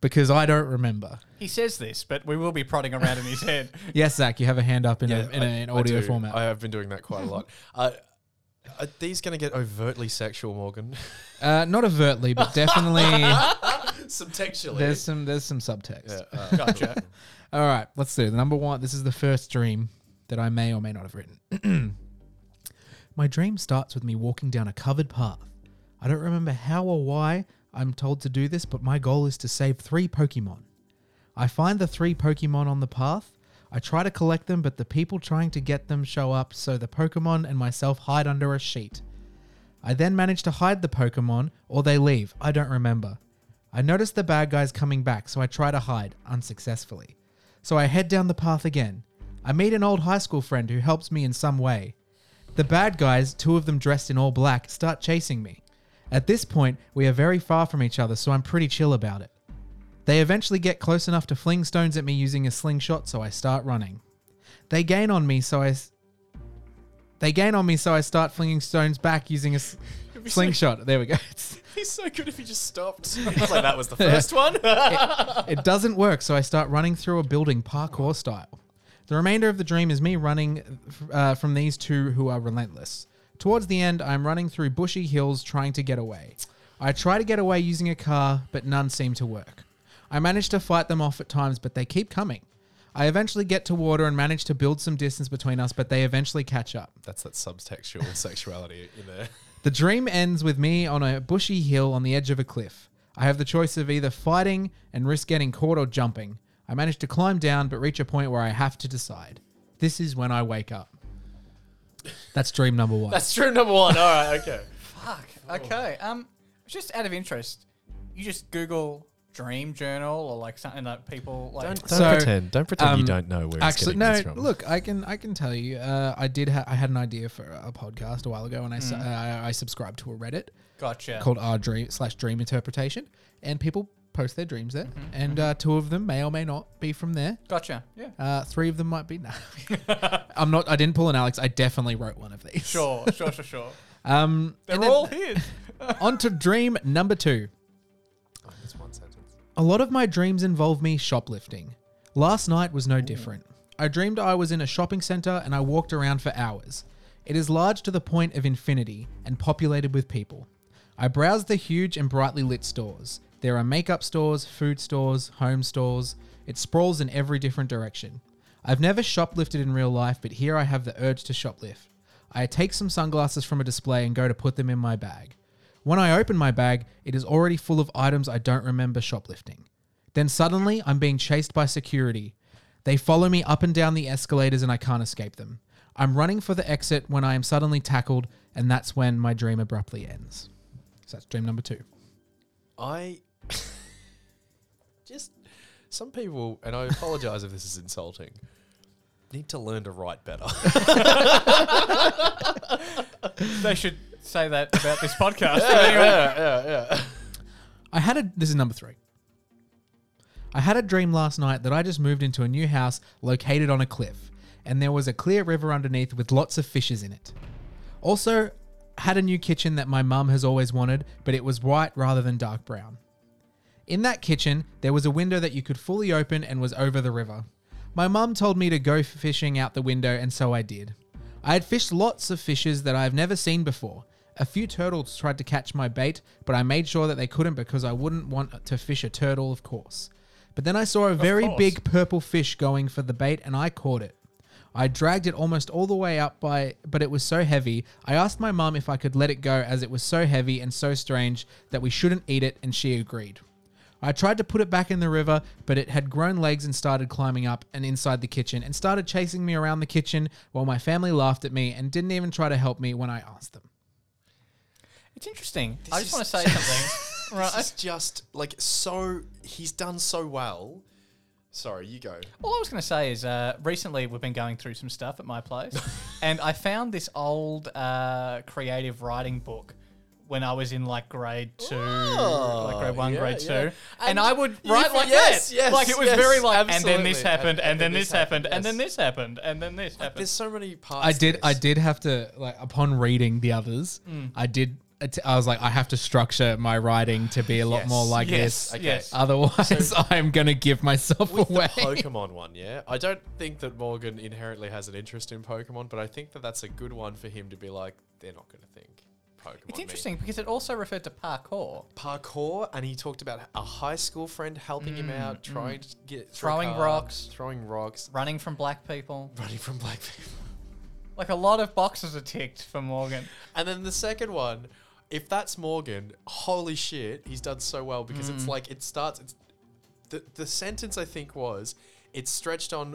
S2: because I don't remember.
S4: He says this, but we will be prodding around in
S3: [laughs]
S4: his head.
S2: Yes, Zach, you have a hand up in, a,
S3: Yeah,
S2: in a-
S3: I-
S2: an
S3: I
S2: audio
S3: do.
S2: format.
S3: I have been doing that quite a [laughs] lot. Uh, are these going to get overtly sexual, [laughs] Morgan?
S2: Uh, not overtly, but definitely.
S3: Subtextually.
S2: There's some there's some subtext.
S3: yeah, uh, [laughs] gotcha.
S2: All right, let's do the number one. This is the first dream that I may or may not have written. [clears throat] My dream starts with me walking down a covered path. I don't remember how or why I'm told to do this, but my goal is to save three Pokemon. I find the three Pokemon on the path. I try to collect them, but the people trying to get them show up, so the Pokemon and myself hide under a sheet. I then manage to hide the Pokemon, or they leave. I don't remember. I notice the bad guys coming back, so I try to hide, unsuccessfully. So I head down the path again. I meet an old high school friend who helps me in some way. The bad guys, two of them dressed in all black, start chasing me. At this point, we are very far from each other, so I'm pretty chill about it. They eventually get close enough to fling stones at me using a slingshot, so I start running. They gain on me, so I. s- They gain on me, so I start flinging stones back using a s- slingshot. There we go. [laughs] It's-
S3: He's so good if he just [laughs] stopped. It's like that was the first [laughs] one.
S2: it doesn't work, so I start running through a building parkour style. The remainder of the dream is me running uh, from these two who are relentless. Towards the end, I'm running through bushy hills trying to get away. I try to get away using a car, but none seem to work. I manage to fight them off at times, but they keep coming. I eventually get to water and manage to build some distance between us, but they eventually catch up.
S3: That's that subtextual sexuality in there.
S2: The dream ends with me on a bushy hill on the edge of a cliff. I have the choice of either fighting and risk getting caught or jumping. I manage to climb down but reach a point where I have to decide. This is when I wake up. That's dream number one.
S3: That's true number one. All right, okay.
S4: Fuck. Okay. Um, just out of interest, you just Google dream journal or like something that people like.
S2: don't So, pretend-
S3: Don't
S2: pretend you um, don't
S3: know where
S2: Actually, no. Look, I can I can tell you. Uh, I did. Ha- I had an idea for a podcast a while ago, and I su- uh, I, I subscribed to a Reddit
S4: gotcha.
S2: called Our Dream slash Dream Interpretation, and people post their dreams there, and uh, two of them may or may not be from there.
S4: Gotcha. Yeah.
S2: Uh, three of them might be. No, I'm not. I didn't pull an Alex. I definitely wrote one of
S4: [laughs]
S2: these.
S4: Sure. Sure. Sure. Sure.
S2: [laughs] Um,
S4: They're
S2: and then
S4: all his.
S2: on to dream number two.
S3: That's one sentence.
S2: A lot of my dreams involve me shoplifting. Last night was no different. I dreamed I was in a shopping center and I walked around for hours. It is large to the point of infinity and populated with people. I browse the huge and brightly lit stores. There are makeup stores, food stores, home stores. It sprawls in every different direction. I've never shoplifted in real life, but here I have the urge to shoplift. I take some sunglasses from a display and go to put them in my bag. When I open my bag, it is already full of items I don't remember shoplifting. Then suddenly, I'm being chased by security. They follow me up and down the escalators and I can't escape them. I'm running for the exit when I am suddenly tackled, and that's when my dream abruptly ends. So that's dream number two.
S3: I [laughs] just some people, and I apologize if this is insulting. Need to learn to write better. [laughs]
S4: They should say that
S3: [laughs]
S4: about this podcast.
S3: yeah, yeah, yeah.
S2: I had a this is number three. I had a dream last night that I just moved into a new house located on a cliff, and there was a clear river underneath with lots of fishes in it. Also, had a new kitchen that my mum has always wanted, but it was white rather than dark brown. In that kitchen, there was a window that you could fully open and was over the river. My mum told me to go fishing out the window, and so I did. I had fished lots of fishes that I have never seen before. A few turtles tried to catch my bait, but I made sure that they couldn't because I wouldn't want to fish a turtle, of course. But then I saw a very
S4: course.
S2: big purple fish going for the bait, and I caught it. I dragged it almost all the way up by but it was so heavy. I asked my mum if I could let it go as it was so heavy and so strange that we shouldn't eat it and she agreed. I tried to put it back in the river, but it had grown legs and started climbing up and inside the kitchen and started chasing me around the kitchen while my family laughed at me and didn't even try to help me when I asked them.
S4: It's interesting. I just
S3: is-
S4: want
S3: [laughs]
S4: to say something.
S3: This
S4: right.
S3: is just like so. He's done so well. Sorry, you go.
S4: All I was going to say is uh, recently we've been going through some stuff at
S3: [laughs]
S4: my place, and I found this old uh, creative writing book when I was in like grade two, like grade one,
S3: Oh, yeah,
S4: grade two,
S3: yeah.
S4: and,
S3: And
S4: I would
S3: you
S4: write
S3: for-
S4: like
S3: yes,
S4: that.
S3: yes,
S4: like it was
S3: yes,
S4: very like, and then this
S3: absolutely.
S4: happened, and,
S3: And-
S4: then
S3: and
S4: this
S3: this
S4: happened, and
S3: happened,
S4: then
S3: yes.
S4: this happened, and then this happened.
S3: There's so many parts.
S2: I
S3: to
S2: did. I
S3: this.
S2: did have to like upon reading the others. I did. uh, I was like, I have to structure my writing to be a lot [sighs]
S3: Yes.
S2: more like
S4: yes,
S2: this.
S3: okay.
S4: yes.
S2: Otherwise, [laughs] I'm gonna give myself
S3: With
S2: away.
S3: the Pokemon one, yeah. I don't think that Morgan inherently has an interest in Pokemon, but I think that that's a good one for him to be like, they're not going to think Pokemon.
S4: it's
S3: me."
S4: interesting because it also referred to parkour,
S3: Parkour, and he talked about a high school friend helping him out, trying to get through a
S4: Mm, Throwing
S3: car,
S4: rocks.
S3: throwing rocks,
S4: running from black people.
S3: running from black people. [laughs]
S4: Like a lot of boxes are ticked for Morgan.
S3: And then the second one, if that's Morgan, holy shit, he's done so well because it's
S4: Mm.
S3: like it starts. It's, the the sentence I think was, it's stretched on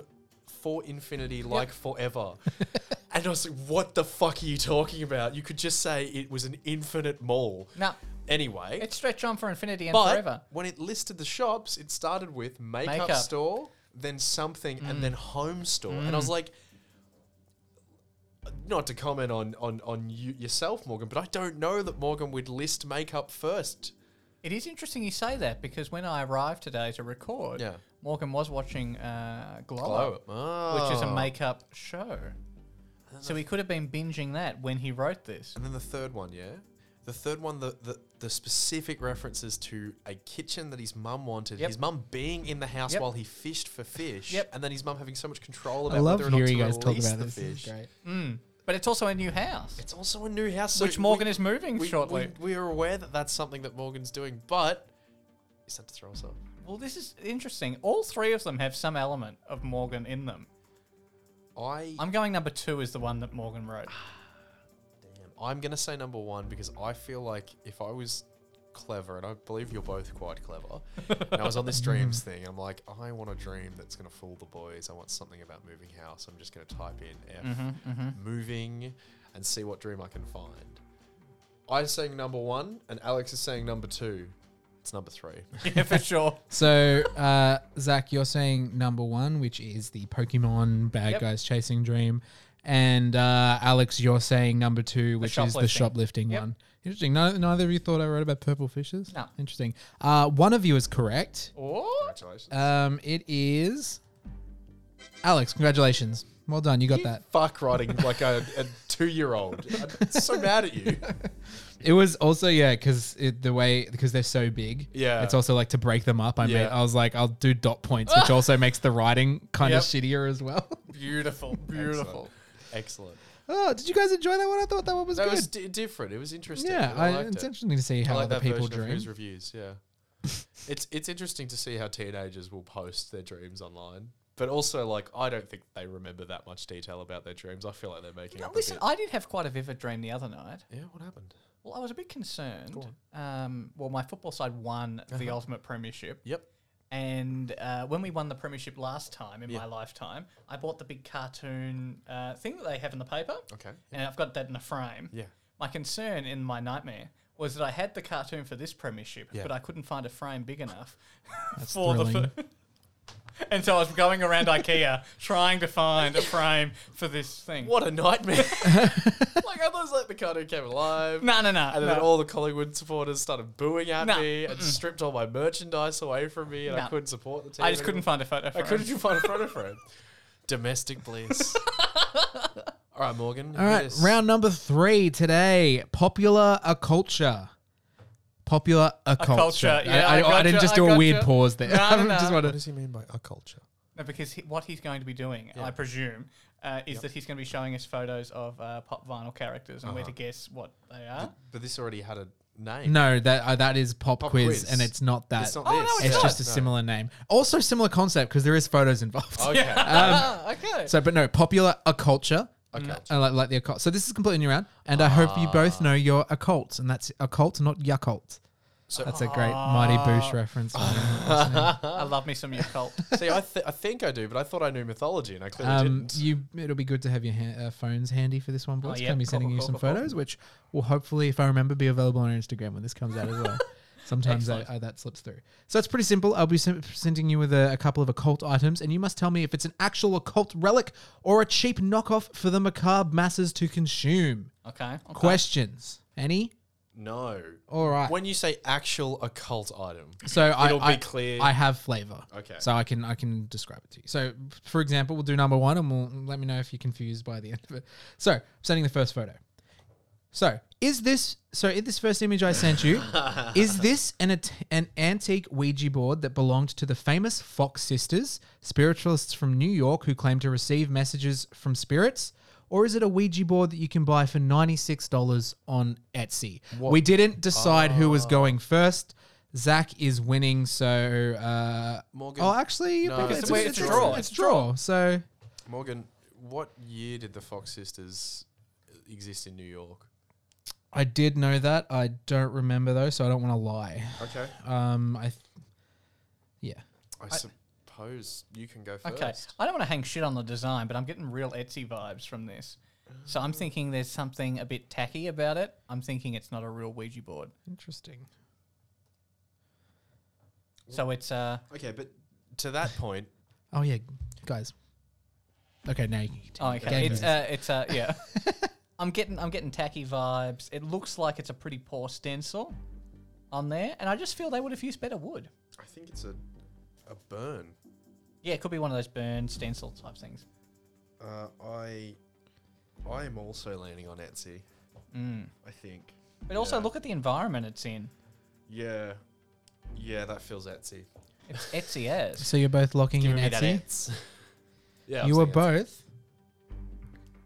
S3: for infinity like forever.
S4: [laughs]
S3: and I was like, what the fuck are you talking about? You could just say it was an infinite mall.
S4: No,
S3: Anyway,
S4: it stretched on for infinity and
S3: but
S4: forever.
S3: when it listed the shops, it started with makeup,
S4: Makeup.
S3: store, then something,
S2: Mm.
S3: and then home store. And I was like, not to comment on on on you yourself, Morgan, but I don't know that Morgan would list makeup first.
S4: It is interesting you say that because when I arrived today to record,
S3: Yeah.
S4: Morgan was watching uh, Glow,
S3: Glow,
S4: Up, which is a
S3: Ah.
S4: makeup show. So he could have been binging that when he wrote this.
S3: And then the third one, yeah, the third one, the the, the specific references to a kitchen that his mum wanted.
S4: Yep.
S3: His mum being in the house
S4: Yep.
S3: while he fished for fish.
S4: Yep.
S3: And then his mum having so much control about
S2: I love
S3: whether or not
S2: hearing
S3: to
S2: you guys talk
S3: release
S2: about
S3: the
S2: this. This is
S3: fish.
S2: great.
S4: Mm. But it's also a new house,
S3: It's also a new house, so
S4: which Morgan
S3: we-
S4: is moving
S3: we,
S4: shortly.
S3: We, we are aware that that's something that Morgan's doing, but he's had to throw us off.
S4: well, this is interesting. All three of them have some element of Morgan in them.
S3: I
S4: I'm going number two is the one that Morgan wrote. [laughs]
S3: damn, I'm gonna say number one because I feel like if I was clever, and I believe you're both quite clever, and I was on this
S4: [laughs]
S3: dreams thing, I'm like, I want a dream that's gonna fool the boys. I want something about moving house. I'm just gonna type in F
S4: Mm-hmm,
S3: moving and see what dream I can find. I'm saying number one, and Alex is saying number two. It's number
S4: [laughs]
S3: three.
S4: yeah, for sure.
S2: So, uh, Zach, you're saying number one, which is the Pokemon bad
S4: Yep.
S2: guys chasing dream, and uh, Alex, you're saying number two, which is the
S4: shoplifting.
S2: shoplifting
S4: Yep.
S2: one. Interesting. No, neither of you thought I wrote about purple fishes.
S4: No.
S2: Interesting. Uh, one of you is correct.
S4: Oh,
S3: Congratulations.
S2: Um, it is Alex. Congratulations. Well done. You got that.
S3: fuck writing like a, a two year old. I'm so mad at you.
S2: It was also yeah, because the way because they're so big.
S3: Yeah.
S2: it's also like to break them up. I made,
S3: Yeah.
S2: I was like, I'll do dot points,
S3: [laughs]
S2: which also makes the writing kind
S4: Yep.
S2: of shittier as well. [laughs]
S4: beautiful, beautiful.
S3: Excellent.
S2: Oh, did you guys enjoy that one? I thought that one was
S3: That
S2: good.
S3: was di- different. It was interesting.
S2: yeah,
S3: I,
S2: I,
S3: liked
S2: it's
S3: it.
S2: interesting to see
S3: I
S2: how
S3: like
S2: other
S3: that
S2: people
S3: version of
S2: dream.
S3: whose reviews. Yeah, it's it's interesting to see how teenagers will post their dreams online. But also, like, I don't think they remember that much detail about their dreams. I feel like they're making
S4: Now,
S3: up
S4: listen,
S3: a bit.
S4: I did have quite a vivid dream the other night.
S3: yeah, what happened?
S4: Well, I was a bit concerned. Um, well, my football side won
S3: Uh-huh.
S4: the ultimate premiership.
S3: Yep.
S4: And uh, when we won the premiership last time in
S3: Yeah.
S4: my lifetime, I bought the big cartoon uh, thing that they have in the paper.
S3: Okay.
S4: And I've got that in a frame.
S3: Yeah.
S4: My concern in my nightmare was that I had the cartoon for this premiership,
S3: Yeah.
S4: but I couldn't find a frame big enough [laughs] for the.
S2: thrilling.
S4: fir- [laughs] and so I was going around IKEA trying to find a frame for this thing.
S2: [laughs]
S3: What a nightmare! like I was like the cartoon came alive,
S4: No, no, no.
S3: and then
S4: no.
S3: all the Collingwood supporters started booing at
S4: No.
S3: me and stripped all my merchandise away from me, and I
S4: No.
S3: couldn't support the team.
S4: I just couldn't
S3: anymore.
S4: find a photo.
S3: I
S4: frame.
S3: couldn't even find a photo frame. Domestic
S4: [laughs]
S3: bliss. all right, Morgan.
S2: All right,
S3: hit us.
S2: round number three today. Popular a culture. Popular a culture.
S4: culture, yeah,
S2: I, I-
S4: I
S2: I didn't
S4: gotcha,
S2: just
S4: I
S2: do a weird
S4: gotcha.
S2: pause there.
S4: No,
S2: [laughs]
S4: no,
S2: I just
S4: no.
S2: wanted-
S3: What does he mean by a culture?
S4: No, because he, what he's going to be doing, I presume, uh, is that he's going to be showing us photos of uh, pop vinyl characters and where to guess what they are.
S3: But this already had a name.
S4: [laughs]
S2: no, that uh, that is pop,
S3: Pop
S2: quiz,
S3: quiz.
S2: and it's not that.
S3: It's not
S4: Oh, no,
S3: this.
S4: it's
S2: It's
S4: not.
S2: just a similar name. Also, similar concept because there is photos involved.
S3: Okay.
S4: [laughs] Ah,
S2: [laughs]
S4: okay.
S2: Um, So, but no, popular a culture.
S3: Okay.
S2: Uh, like, like the occult. So this is completely new round, and I hope you both
S3: Ah.
S2: know your occult, and that's occult, not yakult.
S3: So- uh,
S2: that's a great Mighty Boosh reference.
S3: Oh,
S4: I love me some occult.
S3: See, I, th- I think I do, but I thought I knew mythology, and I clearly
S2: Um,
S3: didn't.
S2: you, it'll be good to have your ha- uh, phones handy for this one, boys.
S4: Oh, yeah,
S2: Can be
S4: cool,
S2: sending
S4: cool,
S2: you
S4: cool,
S2: some
S4: cool, cool.
S2: photos, which will hopefully, if I remember, be available on Instagram when this comes out as
S4: [laughs]
S2: well. Sometimes I, I, that slips through. So it's pretty simple. I'll be sim- sending you with a, a couple of occult items, and you must tell me if it's an actual occult relic or a cheap knockoff for the macabre masses to consume.
S4: Okay. okay.
S2: Questions? Any?
S3: No.
S2: All right.
S3: When you say actual occult item,
S2: So I,
S3: It'll be
S2: I-
S3: clear.
S2: I have flavor.
S3: Okay.
S2: So I can I can describe it to you. So for example, we'll do number one, and we'll let me know if you're confused by the end of it. So I'm sending the first photo. So is this so? In this first image I sent you, is this an at- an antique Ouija board that belonged to the famous Fox sisters, spiritualists from New York who claim to receive messages from spirits? Or is it a Ouija board that you can buy for $96 on Etsy? We didn't decide who was going first. Zach is winning, so. Uh,
S3: Morgan.
S2: oh, actually,
S3: No,
S2: maybe
S3: it's
S2: it's,
S3: a-
S2: it's,
S3: it's
S2: a draw. It's, draw. So.
S3: Morgan, what year did the Fox sisters exist in New York?
S2: I did know that. I don't remember, though, so I don't want to lie.
S3: Okay.
S2: Um, I. th- yeah.
S3: I, suppose you can go first.
S4: Okay. I don't want to hang shit on the design, but I'm getting real Etsy vibes from this. So I'm thinking there's something a bit tacky about it. I'm thinking it's not a real Ouija board.
S2: Interesting.
S4: So it's uh
S3: Okay, but to that point,
S2: Oh yeah, guys. Okay, now you can
S4: oh,
S2: continue.
S4: okay.
S2: Game
S4: It's
S2: over.
S4: uh it's uh yeah. I'm getting I'm getting tacky vibes. It looks like it's a pretty poor stencil on there, and I just feel they would have used better wood.
S3: I think it's a a burn.
S4: Yeah, it could be one of those burn stencil type things.
S3: Uh, I I am also landing on Etsy.
S4: Mm.
S3: I think.
S4: But also
S3: Yeah.
S4: look at the environment it's in.
S3: Yeah. Yeah, that feels Etsy.
S4: [laughs] It's Etsy as.
S2: so you're both locking in
S3: me that
S2: Etsy.
S3: Ets. yeah.
S4: uh,
S3: I
S2: You
S3: was
S2: were
S3: thinking Etsy.
S2: both.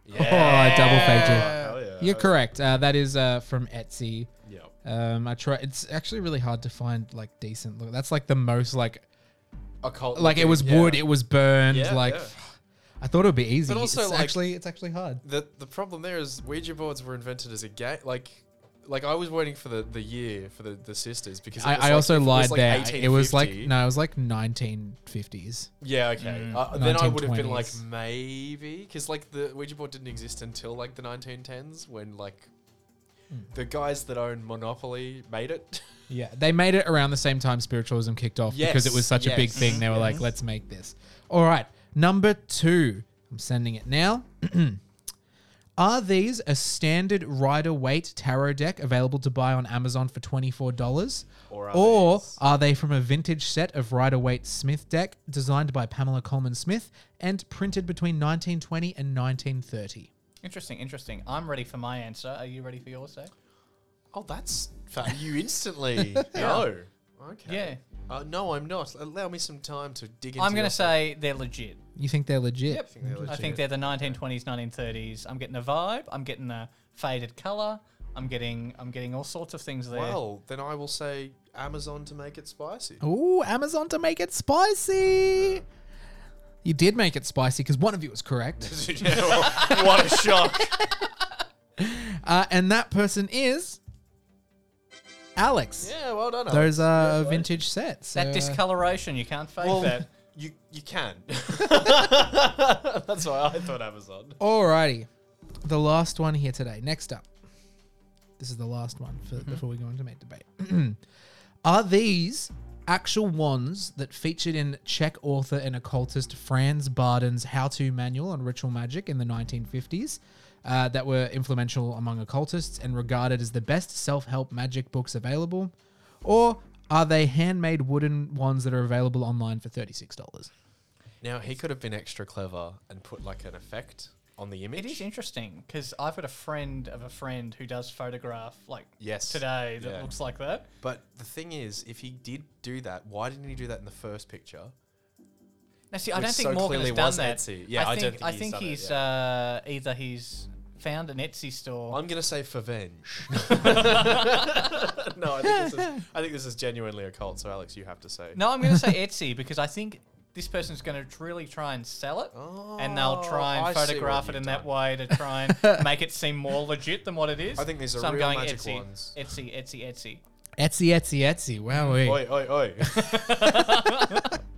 S3: Yeah.
S2: Oh, I double faked you.
S3: Hell yeah.
S2: You're correct. Uh, that is uh, from Etsy.
S3: Yeah.
S2: Um, I try. It's actually really hard to find like decent. Look, that's like the most like
S3: Occult.
S2: like it was
S3: looking,
S2: wood.
S3: yeah.
S2: It was burned.
S3: Yeah,
S2: like
S3: yeah.
S2: [sighs] I thought it would be easy.
S3: But also,
S2: it's
S3: like-
S2: actually it's actually hard.
S3: the the problem there is Ouija boards were invented as a game. Like, like I was waiting for the, the year for the, the sisters because it
S2: I,
S3: was
S2: I
S3: like-
S2: also
S3: it was
S2: lied
S3: like
S2: there. It was like
S3: 1850.
S2: no, it was like 1950s.
S3: yeah okay. Uh, then I would have been like
S2: 1920s.
S3: maybe because like the Ouija board didn't exist until like the 1910s when like
S2: Hmm.
S3: the guys that own Monopoly made it. [laughs]
S2: Yeah, they made it around the same time spiritualism kicked off because it
S3: Yes,
S2: was such a big
S3: yes,
S2: thing. They were like, let's make this. All right, number two. I'm sending it now. [clears throat] Are these a standard Rider Waite tarot deck available to buy on Amazon for $24?
S3: Or are these-
S2: are they from a vintage set of Rider Waite Smith deck designed by Pamela Coleman Smith and printed between 1920 and 1930?
S4: Interesting, interesting. I'm ready for my answer. Are you ready for yours, Zach?
S3: oh, that's fa-
S2: [laughs]
S3: you instantly no. Okay.
S4: Yeah.
S3: Uh, no, I'm not. Allow me some time to dig into.
S4: I'm going
S3: your-
S4: to say they're legit.
S2: You think they're legit?
S4: Yep.
S3: think they're
S4: I
S3: legit.
S4: think they're the 1920s, 1930s. I'm getting a vibe. I'm getting a faded color. I'm getting I'm getting all sorts of things there.
S3: Well, then I will say [laughs] Amazon to make it spicy.
S2: Ooh, Amazon to make it spicy. You did make it spicy because one of you was
S3: [laughs]
S2: correct.
S3: what a shock.
S2: Uh, and that person is Alex.
S3: [laughs] Yeah, well done. Alex.
S2: Those are
S3: Yeah, well-
S2: vintage sets.
S4: That
S2: so, uh,
S4: discoloration, you can't fake
S3: Well,
S4: [laughs] that.
S3: you you [laughs] can. That's why I thought Amazon.
S2: Alrighty. The last one here today. Next up. This is the last one for, before we go into mate debate. [clears throat] Are these actual wands that featured in Czech author and occultist Franz Barden's How to Manual on Ritual Magic in the 1950s? Uh, that were influential among occultists and regarded as the best self help magic books available? Or are they handmade wooden ones that are available online for $36?
S3: Now he could have been extra clever and put like an effect on the image.
S4: It is interesting because I've got a friend of a friend who does photograph like
S3: Yes.
S4: today that
S3: Yeah.
S4: looks like that.
S3: But the thing is, if he did do that, why didn't he do that in the first picture?
S4: Now, see, I
S3: Which
S4: don't think
S3: so
S4: Morgan
S3: clearly
S4: has done
S3: was
S4: that.
S3: Etsy. Yeah, I
S4: think,
S3: don't think he's done it,
S4: he's
S3: yeah.
S4: uh, either he's found an Etsy store.
S3: I'm gonna say revenge. [laughs] no, I think, this [laughs] is, I think this is genuinely occult. So Alex, you have to say.
S4: no, I'm going to say Etsy because I think this person's going to really try and sell it, and they'll try and
S3: Oh, I see what
S4: photograph it
S3: you've
S4: in
S3: done.
S4: that way to try
S3: [laughs]
S4: and make it seem more legit than what it is.
S3: I think these are
S4: so I'm
S3: real
S4: going
S3: magic
S4: Etsy,
S3: ones.
S4: Etsy, Etsy, Etsy.
S2: Etsy, Etsy, Etsy. Wow.
S3: Oi, oi, oi! [laughs]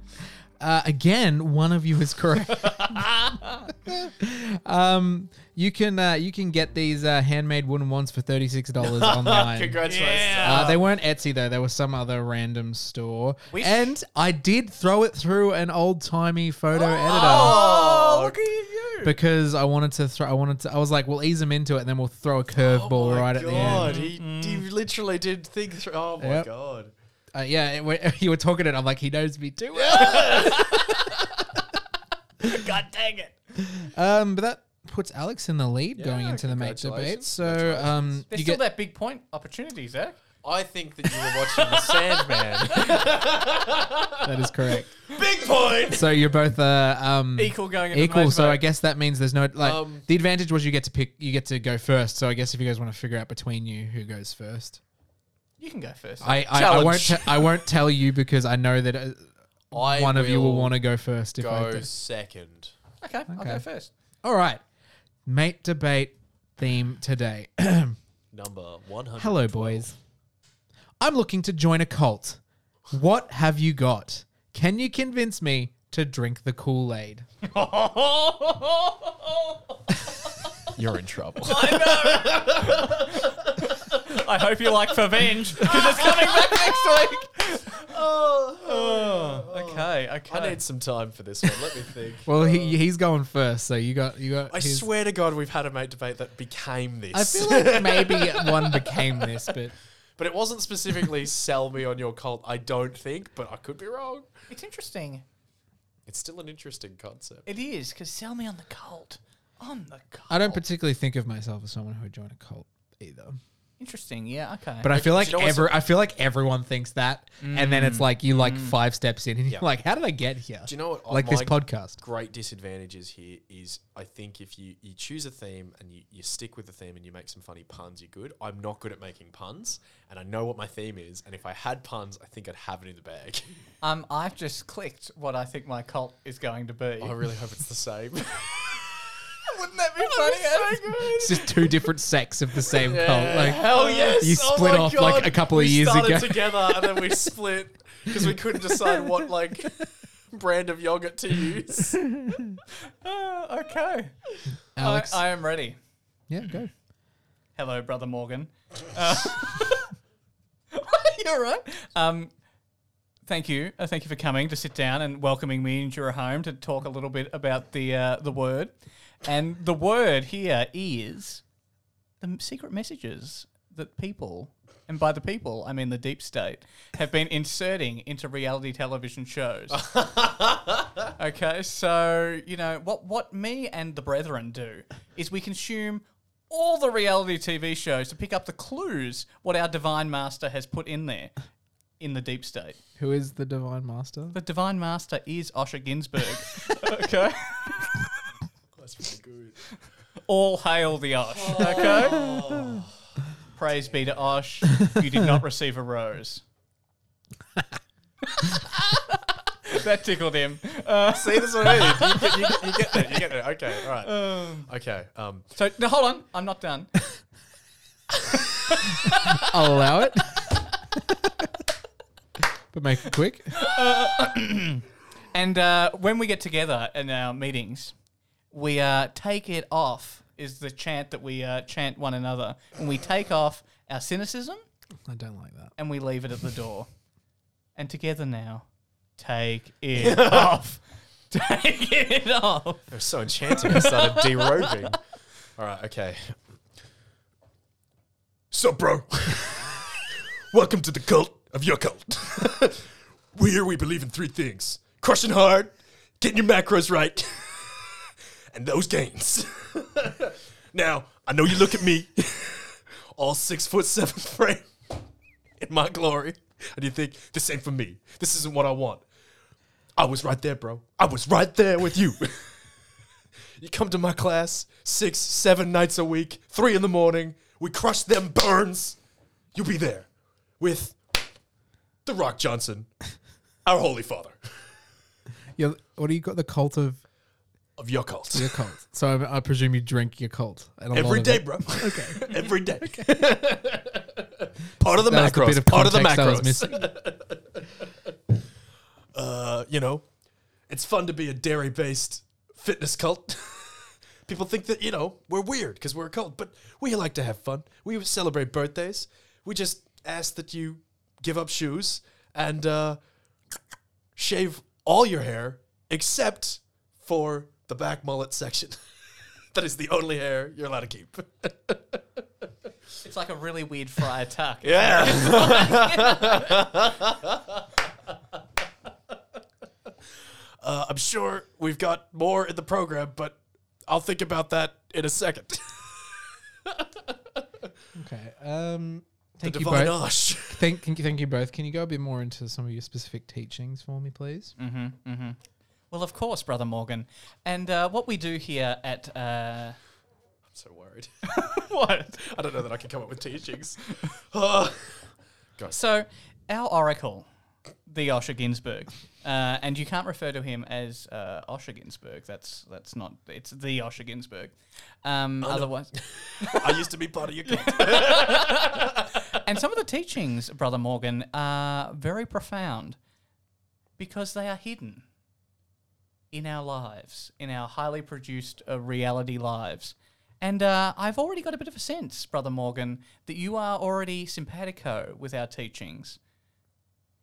S2: Uh, again, one of you is correct. [laughs] um, you can uh, you can get these uh, handmade wooden ones for thirty six
S4: [laughs]
S2: dollars online.
S3: Congratulations.
S2: Uh, they weren't Etsy though; they were some other random store.
S4: We sh-
S2: and I did throw it through an old timey photo editor
S4: Oh, look at you!
S2: because I wanted to throw. I wanted to. I was like, "We'll ease them into it, and then we'll throw a curveball
S3: Oh my
S2: right at the
S3: god,
S2: end."
S3: he, he
S4: Mm-hmm.
S3: literally did think through. Oh my
S2: Yep.
S3: god.
S2: Uh, yeah, it, when- [laughs] you were talking it. I'm like, he knows me too. well."
S4: [laughs] God dang it!
S2: um, but that puts Alex in the lead going
S3: Yeah,
S2: into the mate debate.
S3: congratulations.
S2: So, um,
S4: There's
S2: you
S4: still
S2: get
S4: that big point opportunity, Zach.
S3: I think that you were watching The [laughs] Sandman.
S2: [laughs] that is correct.
S3: Big point.
S2: So you're both uh, um,
S4: [laughs] Equal going into the
S2: equal.
S4: main
S2: So
S4: vote.
S2: I guess that means there's no like
S3: Um,
S2: the advantage was you get to pick, you get to go first. So I guess if you guys want to figure out between you who goes first,
S4: You can go first.
S2: I I, I won't
S3: Challenge.
S2: te- I won't tell you because I know that uh,
S3: I
S2: one of you will want to go first. If I
S3: go
S2: do.
S3: second.
S4: okay, I'll
S2: okay.
S4: go first.
S2: All right, mate debate theme today. [clears throat]
S3: Number one hundred.
S2: Hello, boys. I'm looking to join a cult. What have you got? Can you convince me to drink the Kool [laughs] Aid?
S3: You're in
S2: [laughs]
S3: trouble.
S4: I hope you like revenge because
S3: [laughs]
S4: it's coming back next week.
S3: oh,
S4: Okay, okay.
S3: I need some time for this one. Let me [laughs] think.
S2: Well, he, he's going first, so you got you got.
S3: I
S2: his-
S3: swear to God, we've had a mate debate that became this.
S2: I feel like maybe one became this, but
S3: but it wasn't specifically sell me on your cult, I don't think, but I could be wrong.
S4: it's interesting.
S3: It's still an interesting concept.
S4: It is because sell me on the cult. On the cult.
S2: I don't particularly think of myself as someone who would join a cult either.
S4: Interesting. Yeah. Okay.
S2: But I feel like
S3: you know what's-
S2: every, I feel like everyone thinks that, and then it's like you like five steps in, and you're
S3: Mm. Yeah.
S2: like, how did I get here?
S3: Do you know what?
S2: Like this
S3: my
S2: podcast.
S3: Great disadvantages here is I think if you, you choose a theme and you, you stick with the theme and you make some funny puns, you're good. I'm not good at making puns, and I know what my theme is. And if I had puns, I think I'd have it in the bag.
S4: um, I've just clicked what I think my cult is going to be.
S2: Oh,
S4: [laughs]
S3: I really hope it's the same.
S4: Wouldn't that be funny? [laughs]
S2: It's just two different sects of the same
S3: Yeah,
S2: cult. Like
S3: [laughs] hell yes!
S2: Uh, you
S3: Oh
S2: split
S3: my
S2: off, like,
S3: God.
S2: a couple of
S3: We
S2: years
S3: started
S2: ago.
S3: together, and then we
S2: [laughs]
S3: split because we couldn't decide what like [laughs] brand of yogurt to
S2: [laughs]
S3: use.
S4: Ah, okay.
S2: Alex,
S4: I, I am ready.
S2: yeah, go.
S4: Hello, brother Morgan. Uh, You're right. Um, thank you. Uh, thank you for coming to sit down and welcoming me into your home to talk a little bit about the uh, the word, and the word here is the m- secret messages that people, and by the people I mean the deep state, have been inserting into reality television shows. Okay, so you know what what me and the brethren do is we consume all the reality TV shows to pick up the clues what our divine master has put in there in the deep state.
S2: Who is the divine master?
S4: The divine master is Osher
S3: [laughs]
S4: Ginsburg. okay.
S3: That's pretty good.
S4: All hail the Osh. Okay.
S3: Oh.
S4: Praise be to Osh.
S3: [laughs]
S4: You did not receive a rose. [laughs] that tickled him. Uh,
S3: See, that's what I mean. You get, you, get- you get that. You get that. Okay, all right.
S4: um,
S3: Okay. Um,
S4: so no, hold on, I'm not done.
S2: [laughs] I'll allow it. [laughs] but make it quick.
S4: And uh, when we get together in our meetings, we uh, take it off is the chant that we uh, chant one another, and we take off our cynicism
S2: I don't like that.
S4: and we leave it at the door. And together now, take it off. Take it off.
S3: it was so enchanting. I started derobing. All right. Okay. So, bro, welcome to the cult of your cult. [laughs] we here we believe in three things: crushing hard, getting your macros right, [laughs] and those gains. [laughs] now, I know you look at me, [laughs] all six foot seven frame, [laughs] in my glory, and you think this ain't for me. This isn't what I want. I was right there, bro. I was right there with you. [laughs] You come to my class six, seven nights a week, three in the morning. We crush them burns. You'll be there with The Rock Johnson, our Holy Father
S2: You're, what do you got? The cult of
S3: of your cult.
S2: your cult. So I, I presume you drink your cult and a lot
S3: Every
S2: of
S3: day,
S2: it-
S3: bro. [laughs] Okay. Every day. part of the
S2: That was the
S3: macros.
S2: bit of
S3: part of the
S2: context I was
S3: macros.
S2: missing.
S3: [laughs] Uh, you know, it's fun to be a dairy based fitness cult. [laughs] People think that, you know, we're weird because we're a cult, but we like to have fun. We celebrate birthdays. We just ask that you give up shoes and uh, shave all your hair except for the back mullet section. [laughs] that is the only hair you're allowed to keep.
S4: It's like a really weird friar tuck.
S3: Yeah. uh, I'm sure we've got more in the program, but I'll think about that in a second. [laughs]
S2: Okay. Um,
S3: the
S2: thank you
S3: Divine
S2: both.
S3: Osh.
S2: Thank, thank you, thank you both. Can you go a bit more into some of your specific teachings for me, please?
S4: Well, of course, Brother Morgan. And uh, what we do here at. Uh,
S3: [laughs] I'm so worried.
S4: what?
S3: I don't know that I can come up with teachings. [laughs]
S4: So, our oracle, the Osher Ginsburg, uh, and you can't refer to him as uh, Osher Ginsburg. That's that's not. It's the Osher Ginsburg. Um, otherwise,
S3: I used to be part
S2: [laughs]
S3: of your cult.
S4: and some of the teachings, Brother Morgan, are very profound because they are hidden in our lives, in our highly produced uh, reality lives. And uh, I've already got a bit of a sense, Brother Morgan, that you are already simpatico with our teachings.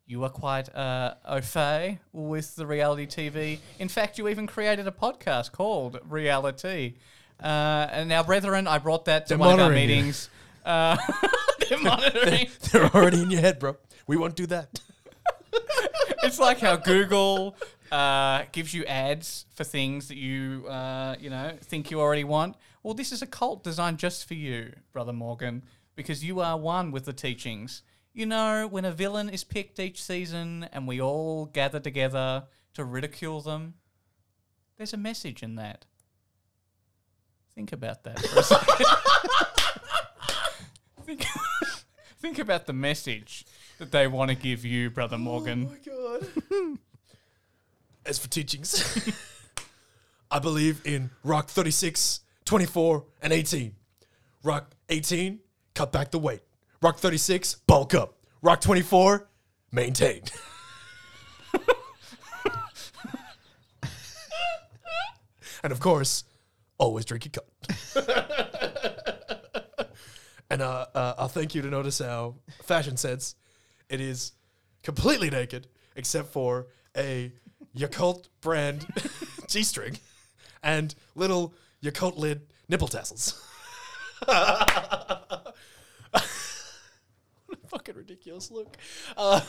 S4: You are quite uh, au fait with the reality TV. In fact, you even created a podcast called Reality. Uh, and now, brethren, I brought that to
S2: They're
S4: one of our
S2: monitoring you.
S4: meetings. [laughs] Uh,
S2: [laughs]
S4: they're monitoring. [laughs]
S3: [laughs] They're already in your head, bro. We won't do that.
S4: it's like how Google uh, gives you ads for things that you uh, you know think you already want. Well, this is a cult designed just for you, brother Morgan, because you are one with the teachings. You know, when a villain is picked each season and we all gather together to ridicule them, there's a message in that. Think about that for a second. [laughs] think, [laughs] think about the message that they want to give you, Brother Morgan.
S3: God. [laughs] As for teachings, [laughs] I believe in Rock 36, 24, and 18. Rock 18, cut back the weight. Rock 36, bulk up. Rock 24, maintain. [laughs] and of course, always drink your cup. [laughs] and uh, uh, I'll thank you to notice our fashion sense. It is completely naked except for a Yakult brand [laughs] G string and little Yakult lid nipple tassels. [laughs] What a Fucking ridiculous look. Uh,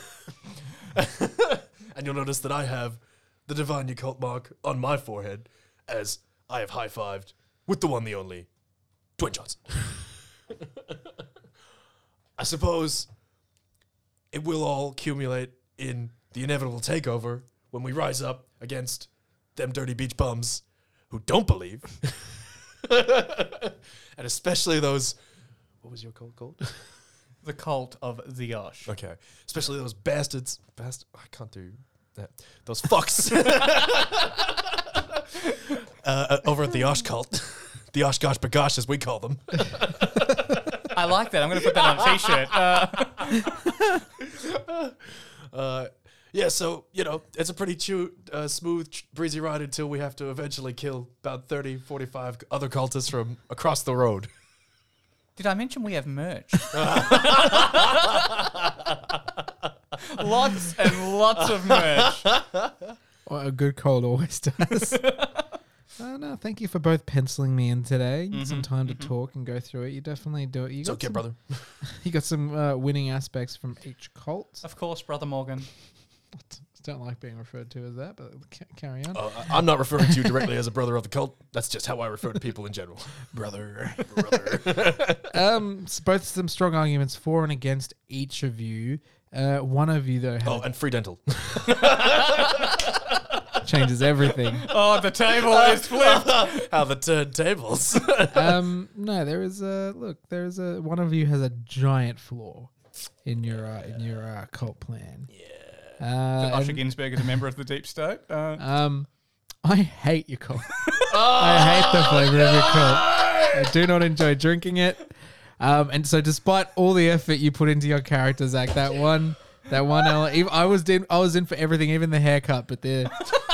S3: [laughs] and you'll notice that I have the divine occult mark on my forehead as I have high fived with the one, the only, Dwayne Johnson. [laughs] I suppose it will all accumulate in the inevitable takeover when we rise up against them dirty beach bums who don't believe. [laughs] and especially those. What was your cult called? [laughs]
S4: The cult of the Osh.
S3: Okay. Especially those bastards. Bast- I can't do. that those [laughs] fucks uh, uh, over at the Osh cult, [laughs] the Oshkosh Bagosh as we call them.
S4: I like that. I'm going to put that on a
S2: [laughs]
S4: t-shirt. Uh,
S3: Uh, yeah, so you know it's a pretty chew, uh, smooth, ch- breezy ride until we have to eventually kill about 30, 45 other cultists from across the road.
S4: did I mention we have
S2: [laughs]
S4: merch? lots and lots of merch.
S2: Well, a good cold always [laughs] does. Uh, no, thank you for both penciling me in today. Some time to talk and go through it. You definitely do it. You
S3: Mm-hmm,
S2: got
S3: It's okay,
S2: some,
S3: brother.
S2: [laughs] You got some uh, winning aspects from each cult.
S4: Of course, brother Morgan.
S2: Don't like being referred to as that, but ca- carry on.
S3: Uh, I- I'm not referring to you directly as a brother of the cult. That's just how I refer to people in general. Brother, brother.
S2: Um, s- both some strong arguments for and against each of you. Uh, one of you though had
S3: Oh, and free
S2: [laughs]
S3: dental. [laughs]
S2: changes everything.
S4: Oh, the table is flipped.
S3: how
S2: [laughs]
S3: the turntables.
S2: um, no, there is a look. There is a one of you has a giant flaw in your uh, in your uh, cult plan. Yeah. Uh,
S4: Usher
S2: and,
S4: Ginsburg is a member of the Deep State. Uh,
S2: um, I hate your cult. I hate the flavor of your cult. I do not enjoy drinking it. Um, and so, despite all the effort you put into your character, Zach, that one, that one, ele- even- I was in, I was in for everything, even the haircut. But there,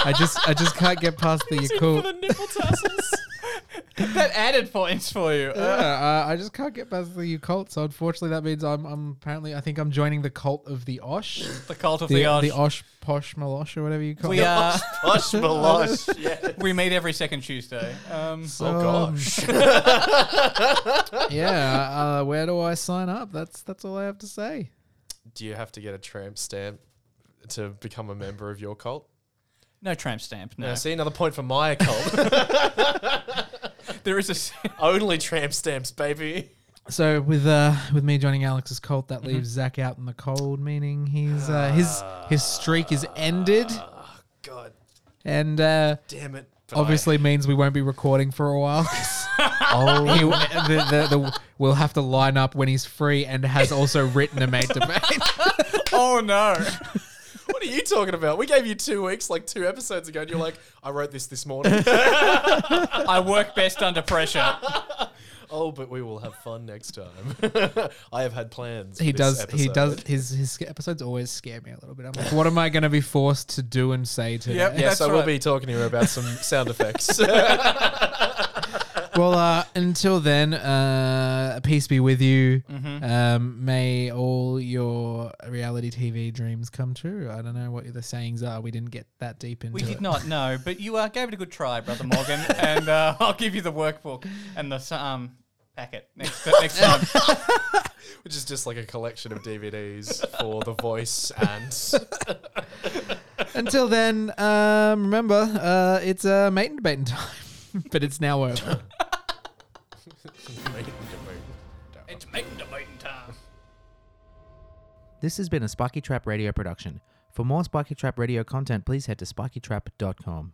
S2: I just, I just can't get past the your cult.
S4: nipple tassels. [laughs] that added points for you.
S2: yeah, uh, I just can't get past the cult. So unfortunately, that means I'm, I'm apparently I think I'm joining the cult of the Osh,
S4: the cult of
S2: the,
S4: the, Osh.
S2: the Osh Posh Malosh or whatever you call
S4: we
S2: it. [laughs]
S4: are.
S3: Hush, Melosh.
S4: we meet every second Tuesday. Um,
S3: [laughs] Oh gosh.
S2: yeah. Uh, where do I sign up? That's that's all I have to say.
S3: Do you have to get a tramp stamp to become a member of your cult?
S4: no tramp stamp. No.
S3: Now, see another point for my
S2: [laughs]
S3: cult.
S4: There is a. s- [laughs]
S3: Only tramp stamps, baby.
S2: So with uh with me joining Alex's cult,
S3: Mm-hmm.
S2: that leaves Zach out in the cold, meaning he's
S3: Ah.
S2: uh, his his streak is ended,
S3: God
S2: and uh,
S3: damn it. But I-
S2: obviously means we won't be recording for a while. 'cause he, the, the, the, we'll have to line up when he's free and has also written a mate debate.
S3: [laughs]
S4: Oh no.
S3: [laughs] what are you talking about? We gave you two weeks, like two episodes ago, and you're like, I wrote this this
S2: [laughs]
S3: morning.
S4: I work best under pressure.
S3: oh, but we will have fun next time. [laughs] I have had plans. for
S2: he
S3: this
S2: does. He
S3: episode.
S2: does. His his sca- episodes always scare me a little bit. I'm like, what am I going to be forced to do and say today?
S4: Yep.
S3: Yeah,
S4: That's
S3: so we'll
S4: right.
S3: be talking here about some
S2: [laughs]
S3: sound effects. [laughs]
S2: Well, uh, until then, uh, peace be with you.
S4: Mm-hmm.
S2: Um, may all your reality TV dreams come true. I don't know what the sayings are. We didn't get that deep into
S4: We
S2: it.
S4: did not know, but you uh, gave it a good try, brother Morgan, and uh, I'll give you the workbook and the s- um packet next next time.
S3: which is just like a collection of DVDs for The Voice and
S2: Until then, um, remember, uh, it's uh, mate and debating time, [laughs] but it's now over.
S4: it's making debating [laughs] time.
S6: [laughs] This has been a Spiky Trap Radio production. For more Spiky Trap Radio content, please head to spikytrap.com.